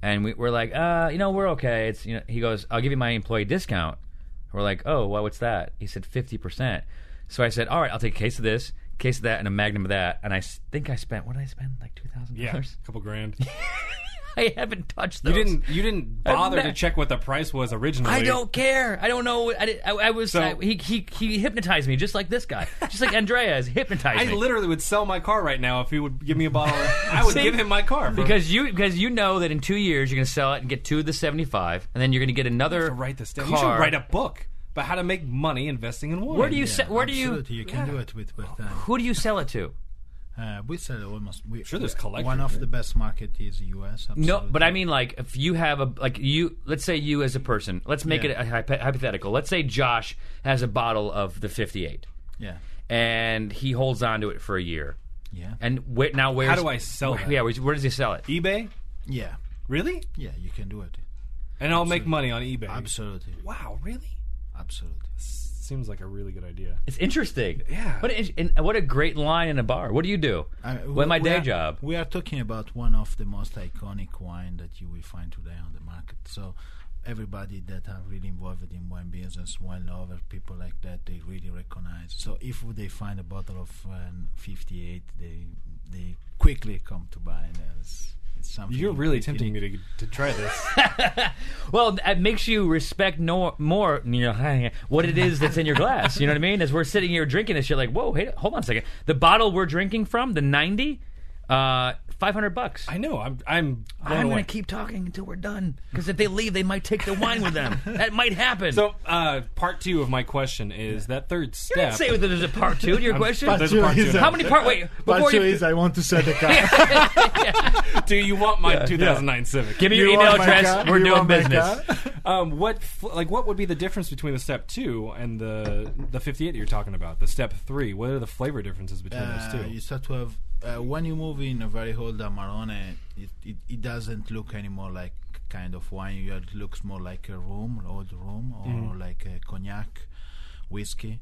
And we, we're like, uh, you know, we're okay. It's you know, he goes, I'll give you my employee discount. We're like, oh, well, what's that? He said fifty percent. So I said, all right, I'll take a case of this, case of that, and a magnum of that. And I s- think I spent what did I spend like two thousand
yeah,
dollars.
a couple grand.
I haven't touched those.
You didn't. You didn't
I'm
bother to
back.
check what the price was originally.
I don't care. I don't know. I, did, I, I was
So-
I- he, he he hypnotized me just like this guy, just like Andrea has hypnotized
I
me.
literally would sell my car right now if he would give me a bottle. Of, I would
See?
give him my car for-
because you because you know that in two years you're going to sell it and get two of the seventy five, and then you're going to get another.
to write this down.
Car.
You should write a book about how to make money investing in wine.
Where do you se- where do you
Absolutely, you can do it with Bertani.
who do you sell it to?
Uh, we sell almost. We,
Sure there's
we-
collectors,
One of
right?
the best market is U.S.
No,
absolutely.
but I mean, like, if you have a like you, let's say you as a person, let's make
Yeah.
it a hypo- hypothetical. Let's say Josh has a bottle of the '58,
yeah,
and he holds on to it for a year.
yeah,
And wh- now, where?
do I sell that?
Yeah, where, where does he sell it?
eBay?
yeah,
Really?
yeah. You can do it.
And I'll make money on eBay.
Absolutely,
Wow, really?
absolutely.
Seems like a really good idea.
It's interesting.
Yeah.
What a, and what a great line in a bar. What do you do?
I-
well, my
Uh, we
day
are-
job.
We are talking about one of the most iconic wine that you will find today on the market. So everybody that are really involved in wine business, wine lover, people like that, they really recognize. So if they find a bottle of um, 58, they they quickly come to buy. And it's, it's something
You're really
unique.
tempting me to, to try this.
Well, it makes you respect no, more you know, what it is that's in your glass. You know what I mean? As we're sitting here drinking this shit, like, whoa, hey, hold on a second. The bottle we're drinking from, the 90, uh, 500 bucks.
I know. I'm. I'm. blown
I'm
away.
going to keep talking until we're done. Because if they leave, they might take the wine with them. That might happen.
So, uh, part two of my question is that third
you
step.
didn't say that there's a part two to your question.
There's a part two.
How many part? Wait,
But
before
two
you,
is I want to sell the car.
Do you want my 2009 Civic?
give me your
You
email
want my
address.
car?
We're
You
doing
want my
business.
car?
Um, what f- like what would be the difference between the step two and the the 58 that you're talking about? The step three. What are the flavor differences between
Uh,
those two?
you start to have uh, when you move in a very old Amarone, it, it, it doesn't look anymore like kind of wine. It looks more like a rum, old rum, or
Mm-hmm.
like a cognac whiskey.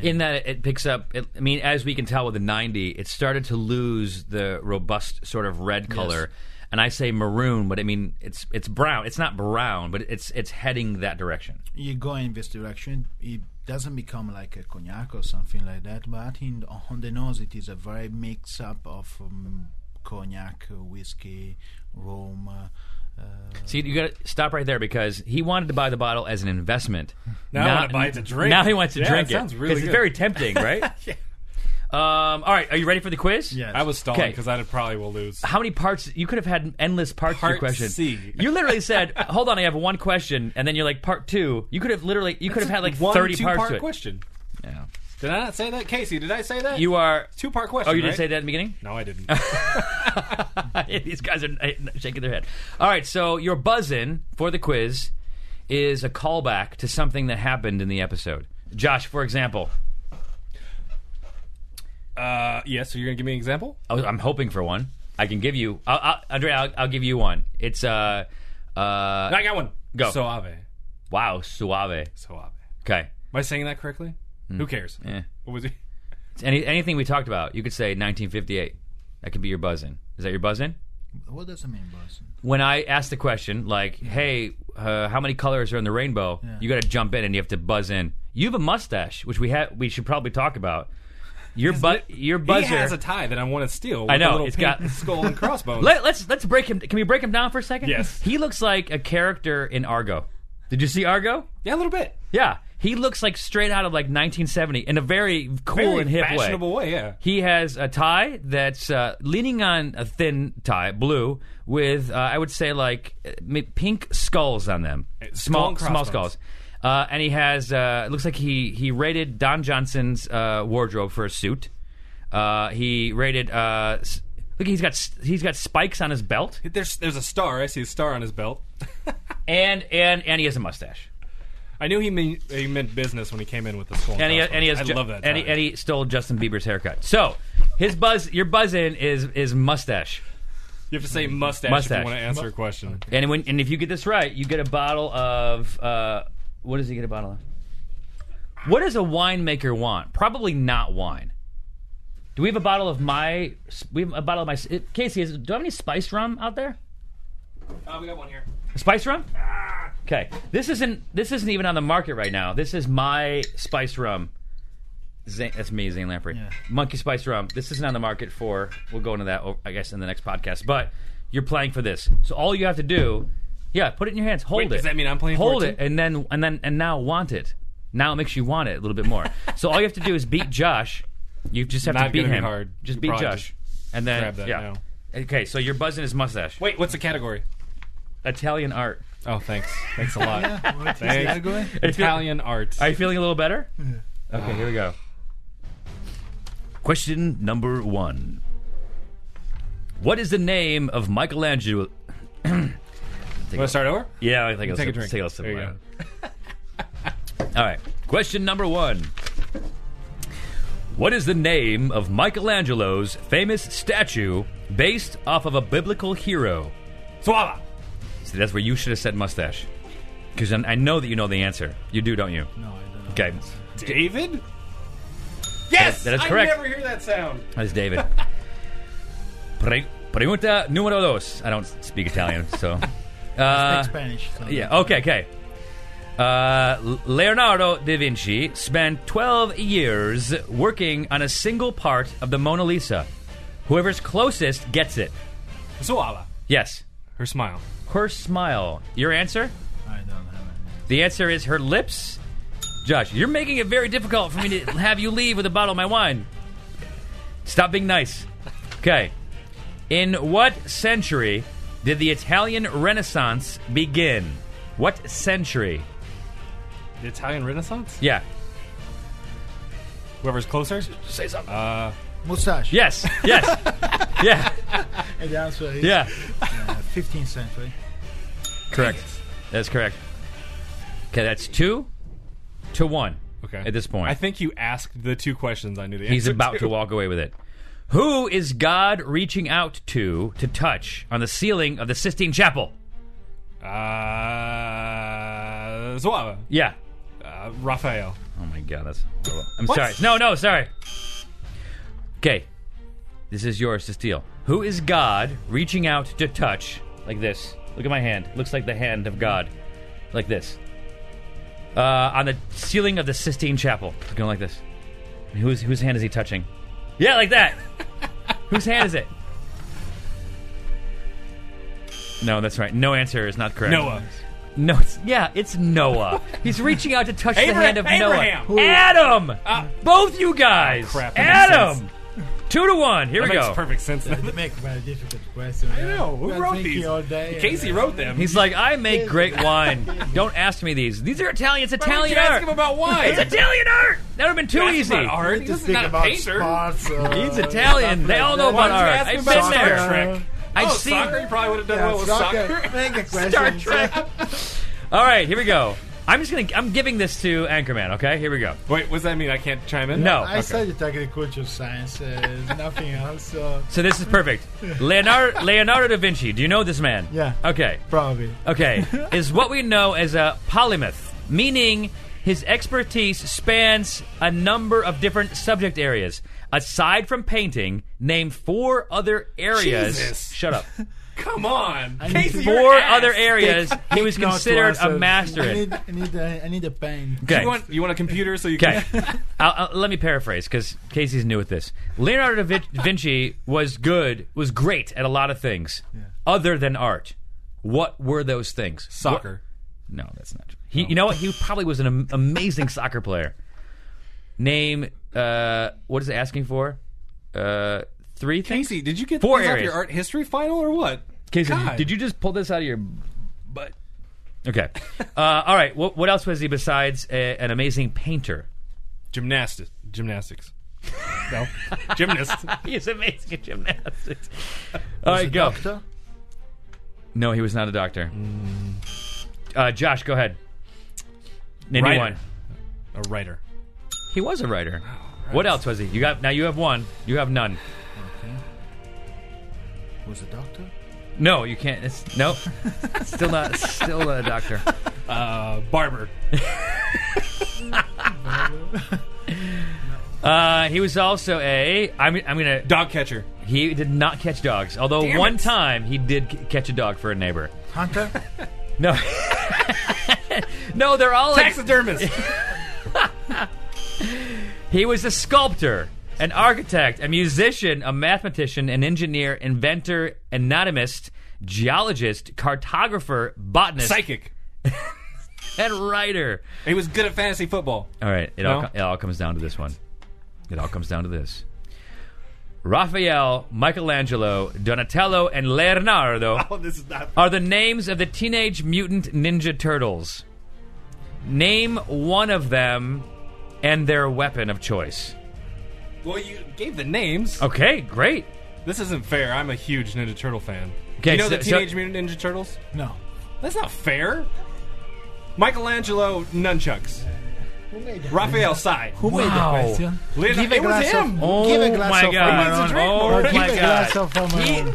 And
in that it picks up it, i mean as we can tell with the 90 it started to lose the robust sort of red color and i say maroon but i mean it's it's brown it's not brown but it's it's heading that direction
you go in this direction, it doesn't become like a cognac or something like that. But in on the nose, it is a very mix up of um, cognac, uh, whiskey, rum. Uh, uh,
see you gotta stop right there because he wanted to buy the bottle as an investment
Now I wanna buy it to drink.
now he wants to
Yeah,
drink
that sounds really
'cause
good.
it's very tempting right um, all right are you ready for the quiz
yes.
I was stalling
Okay.
because I probably will lose.
how many parts you could have had endless parts to
Part
your question
C.
you literally said hold on i have one question and then you're like part two you could have literally you could have had like
One
30
two
parts
part
to it
question.
Yeah.
Did I not say that, Casey? Did I say that?
You are.
two part question.
Oh, you didn't
right?
say that in the beginning?
No, I didn't. Uh,
These guys are uh, shaking their head. All right, so your buzz in for the quiz is a callback to something that happened in the episode. Josh, for example,
uh, yeah. So you're gonna give me an example?
I was, I'm hoping for one. I can give you. I'll, I'll, Andrea, I'll, I'll give you one. It's. uh, uh
I got one.
Go.
Soave.
Wow, suave.
Soave.
Okay.
Am I saying that correctly? Who cares?
Hmm. Yeah.
What was it?
It's Any, anything we talked about, you could say 1958. That could be your buzz in. Is that your buzz in?
what does it mean, Boston?
when I ask the question, like, "Hey, uh, how many colors are in the rainbow?" You got to jump in and you have to buzz in. You have a mustache, which we have. We should probably talk about your bu- your buzzer.
He has a tie that I want to steal. With
I know,
A little
it's
pink
got-
skull and crossbones.
Let, us let's break him. Can we break him down for a second?
Yes.
He looks like a character in Argo. Did you see Argo?
yeah, a little bit.
Yeah. He looks like straight out of like 1970 in a very cool
Very
and hip
fashionable way. Yeah.
He has a tie that's uh, leaning on a thin tie, blue, with uh, I would say like uh, mi- pink skulls on them, small
skull and
small
Uh, crossbones.
skulls. Uh, and he has uh, it looks like he he rated Don Johnson's uh, wardrobe for a suit. Uh, he rated uh, s- look he's got s- he's got spikes on his belt
There's there's a star. I see a star on his belt.
and and and he has a mustache
I knew he mean, he meant business when he came in with the skull.
and he,
crossbones.
and he has
I
Ju-
love that.
and he,
tie.
and he stole Justin Bieber's haircut. So his buzz your buzz in is is mustache.
you have to say mustache, if
Mustache.
you want to answer a question.
And when and if you get this right, you get a bottle of uh, what does he get a bottle of? What does a winemaker want? Probably not wine. Do we have a bottle of my? We have a bottle of my. Casey, is, do I have any spiced rum out there?
Uh, we got one here.
Spice rum? Okay. This isn't this isn't even on the market right now. This is my spice rum. Zane, that's me, Zane Lamprey.
Yeah.
Monkey spice rum. This isn't on the market for. We'll go into that, o- I guess, in the next podcast. But you're playing for this, so all you have to do, yeah, put it in your hands, hold
Wait,
it.
does that mean I'm playing for
Hold
it
it, and then and then and now want it. Now it makes you want it a little bit more. so all you have to do is beat Josh. You just have to
Not
beat
gonna be
him.
hard.
Just
You
beat
probably
Josh, and then
grab that
yeah. Okay, so you're buzzing his mustache.
Wait, what's the category?
Italian art.
Oh, thanks. Thanks a lot.
What is
Thanks.
that going?
Italian art.
Are you feeling a little better? Okay, here we go. Question number one. What is the name of Michelangelo?
Want to start over?
Yeah, I think I'll
Take a
sip-
drink.
Take a sip
There
of
you
mine. All right. Question number one. What is the name of Michelangelo's famous statue based off of a biblical hero?
Suava.
See, that's where you should have said mustache. Because I know that you know the answer. You do, don't you?
No, I don't know.
Okay.
David? Yes!
that is
I
correct.
never hear that sound.
That's David. Pre- pregunta número dos. I don't speak Italian, so. Uh,
Speak Spanish. so-
Yeah. Okay. Okay. Uh, Leonardo da Vinci spent 12 years working on a single part of the Mona Lisa. Whoever's closest gets it.
Suava.
Yes.
Her smile.
Her smile. Your answer?
I don't have any.
The answer is her lips. Josh, you're making it very difficult for me to have you leave with a bottle of my wine. Stop being nice. Okay. In what century did the Italian Renaissance begin? What century?
The Italian Renaissance?
Yeah.
Whoever's closer?
Say something.
Mustache.
Yes, yes, yeah,
And the answer is
yeah.
uh, 15th century.
Correct. That's correct. Okay, that's two to one.
Okay.
At this point,
I think you asked the two questions I knew the answer
he's about to
to
walk away with it. Who is God reaching out to to touch on the ceiling of the Sistine Chapel?
Uh, Suava.
Yeah.
Uh, Raphael.
Oh my God, that's horrible. I'm sorry. No, no, sorry. Okay, this is yours to steal. Who is God reaching out to touch like this? Look at my hand. Looks like the hand of God, like this. Uh, on the ceiling of the Sistine Chapel, going like this. Whose whose hand is he touching? Yeah, like that. whose hand is it? No, that's right. No answer is not correct.
Noah.
No, it's, yeah, it's Noah. He's reaching out to touch the
Abra-
hand of
Abraham. Uh, Oh,
Noah. Adam, both you guys.
crap, that makes
Adam, two to one. Here
That
we
makes
go.
perfect sense.
They
then.
make very difficult questions.
I know. Who wrote these?
All day
Casey
and,
wrote them.
He's like, I make great wine. Don't ask me these. These are Italian. It's
Why would
Italian
you ask him
art.
about
It's
wine?
Italian art. That would have been too
Ask him
easy.
about art.
to
He's
speak
not a
about
painter.
sports. Uh,
It's Italian. They all know
Why
about
don't you
art.
ask him
I've
about
been
Star
there.
Trek?
I've
oh,
seen.
soccer. You probably would have done
Yeah,
well with
soccer.
soccer.
Make a question.
Star Trek.
All right, here we go. I'm just gonna. I'm giving this to Anchorman. Okay, here we go.
Wait, what does that mean? I can't chime in?
No.
I studied agriculture science, uh, nothing else. So
So this is perfect. Leonardo, Leonardo da Vinci. Do you know this man?
Yeah.
Okay.
probably
Okay, is what we know as a polymath, meaning his expertise spans a number of different subject areas. Aside from painting, name four other areas.
Jesus.
Shut up.
Come on. Casey, you're
four
an ass.
other areas he was
Not to
considered a
answer.
master
I
in.
need, I need, a, I need a pen.
Okay.
You want, you want a computer so you
Okay,
can.
I'll, I'll- let me paraphrase because Casey's new at this. Leonardo da Vin- Vinci was good, was great at a lot of things, other than art. What were those things?
Soccer.
No, that's not true. He, You know what? He probably was an am- amazing soccer player. Name, uh, what is it asking for? Uh, three things?
Casey, did you get
Four
these off
areas.
your art history final or what?
Casey,
God.
did you just pull this out of your butt? Okay. uh, all right. What, what else was he besides a, an amazing painter?
Gymnastics. Gymnastics. no. Gymnast.
He is amazing at gymnastics. All right,
A
go.
doctor?
No, he was not a doctor. Uh, Josh, go ahead. Name me
Writer.
one.
A writer.
He was a writer. What else was he? You got now. You have one. You have none.
Was a doctor?
No, you can't. It's nope. still not. Still not a doctor.
Uh, barber.
Uh, he was also a. I'm. I'm gonna.
Dog catcher.
He did not catch dogs. Although
Damn
one
it.
time he did c- catch a dog for a neighbor.
Hunter?
No. no, they're all like.
Taxidermist.
He was a sculptor, an architect, a musician, a mathematician, an engineer, inventor, anatomist, geologist, cartographer, botanist,
Psychic.
and writer.
He was good at fantasy football.
All right, it all
No?
co- it all comes down to this one. It all comes down to this. Raphael, Michelangelo, Donatello, and Leonardo
Oh, this is not.
are the names of the Teenage Mutant Ninja Turtles. Name one of them and their weapon of choice.
Well, you gave the names.
Okay, great.
This isn't fair. I'm a huge Ninja Turtle fan.
Okay,
you know
so-
the
so-
Teenage Mutant Ninja Turtles?
No.
That's not fair. Michelangelo nunchucks.
Who made that?
Raphael Sai.
Who made that
Wow.
question?
Leonardo-
Give a
it was
glass of-
him.
Oh
Give a glass
my
of
god!
wine. He needs a drink,
oh
Mark.
Give
my
a
god!
glass of
He-
Roman.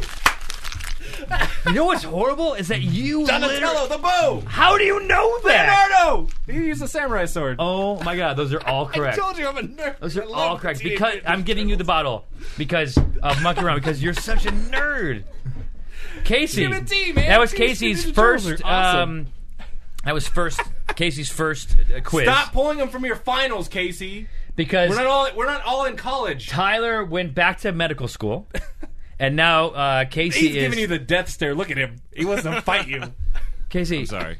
you know what's horrible is that you.
Donatello,
literally-
the bow.
How do you know that?
Leonardo. He used a samurai sword.
Oh my god! Those are all correct.
you I'm a nerd.
Those are
I love
all correct
Teenage
Oh, because
Mutant
I'm
Ninja
giving you the
Turtles.
bottle because of monkey around because you're such a nerd. Casey,
Give it tea, man.
that was
Teenage
Casey's
Mutant Ninja Turtles
first.
are awesome.
Um, that was first Casey's first uh, quiz
Stop pulling them from your finals, Casey.
because
We're not all we're not all in college.
Tyler went back to medical school, and now uh, Casey
He's
is
giving you the death stare. Look at him. He wants to fight you.
Casey.
Sorry.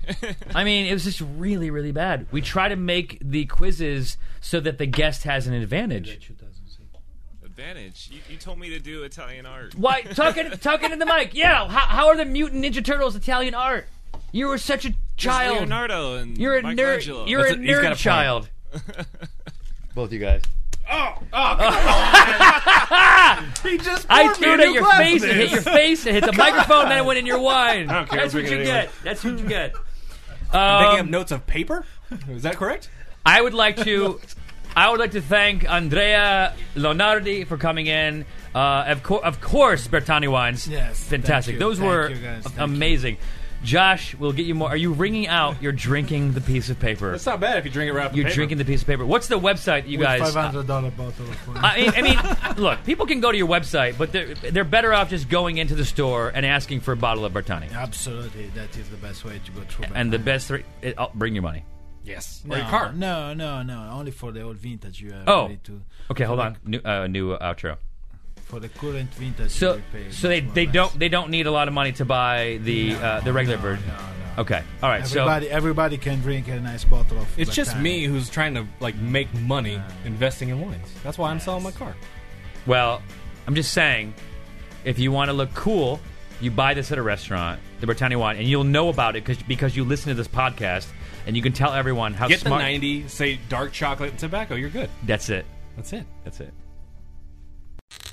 I mean, it was just really, really bad. We try to make the quizzes so that the guest has an advantage.
Advantage. You, you told me to do Italian art.
Why talking talking to the mic? Yeah. How, how are the mutant Ninja Turtles Italian art? You were such a child.
Leonardo and
You're a
Michelangelo.
nerd. You're a
That's a- he's got a
nerd
point.
child. Oh, Both you guys.
He just
I
poured me
threw
a
it at
new
your
glass
face.
of
It hit
this.
your face. It hit the microphone. Then it went in your wine.
don't care,
That's
I'm
what you
drinking
get.
anyway.
That's what you get.
Picking
Um,
up notes of paper? Is that correct?
I would like to, I would like to thank Andrea Lonardi for coming in. Uh, of, cour of course, Bertani wines.
Yes,
fantastic.
thank you.
Those
Thank
were
you, guys. Thank
amazing. Josh, we'll get you more. Are you ringing out? You're drinking the piece of paper.
It's not bad if you drink it right off the
You're
paper.
drinking the piece of paper. What's the website, you guys? uh,
Five hundred dollar bottle of wine.
I mean, I mean, look, people can go to your website, but they're, they're better off just going into the store and asking for a bottle of Bertani.
Absolutely, that is the best way to go through.
And the
Batman.
best three, it, oh, bring your money.
Yes.
no,
Or your car.
No, no, no. Only for the old vintage. You are
Oh.
ready to
Okay, hold on. New, uh, new outro.
for the current vintage.
So,
you pay
so they,
much more
they
less.
don't they don't need a lot of money to buy the uh, the regular version. Okay, all right.
Everybody, everybody can drink a nice bottle of.
It's just
Bacardi.
me who's trying to like make money investing in wines. That's why I'm selling my car.
So, well, I'm just saying, if you want to look cool, you buy this at a restaurant, the Britannia wine, and you'll know about it 'cause- because you listen to this podcast, and you can tell everyone how
Get the
smart.
90, say dark chocolate and tobacco. You're good.
That's it.
That's it.
That's it.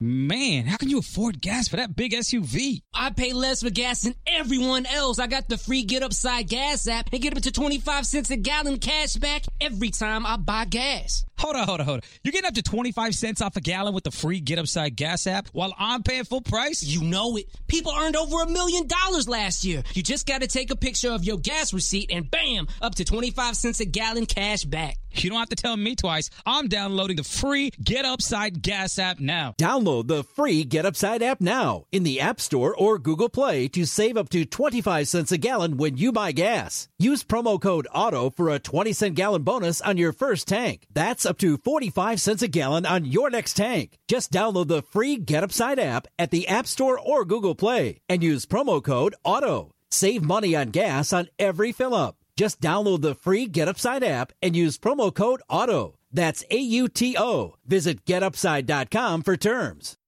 Man, how can you afford gas for that big SUV? I pay less for gas than everyone else. I got the free Get Upside Gas app and get up to 25 cents a gallon cash back every time I buy gas. Hold on, hold on, hold on. You're getting up to 25 cents off a gallon with the free Get Upside Gas app while I'm paying full price? You know it. People earned over a million dollars last year. You just got to take a picture of your gas receipt and bam, up to 25 cents a gallon cash back. You don't have to tell me twice. I'm downloading the free Get Upside Gas app now.
Download the free Get Upside app now in the App Store or Google Play to save up to 25 cents a gallon when you buy gas. Use promo code AUTO for a 20 cent gallon bonus on your first tank. That's up to 45 cents a gallon on your next tank. Just download the free Get Upside app at the App Store or Google Play and use promo code AUTO. Save money on gas on every fill up. Just download the free Get Upside app and use promo code AUTO. That's A U T O. Visit getupside.com for terms.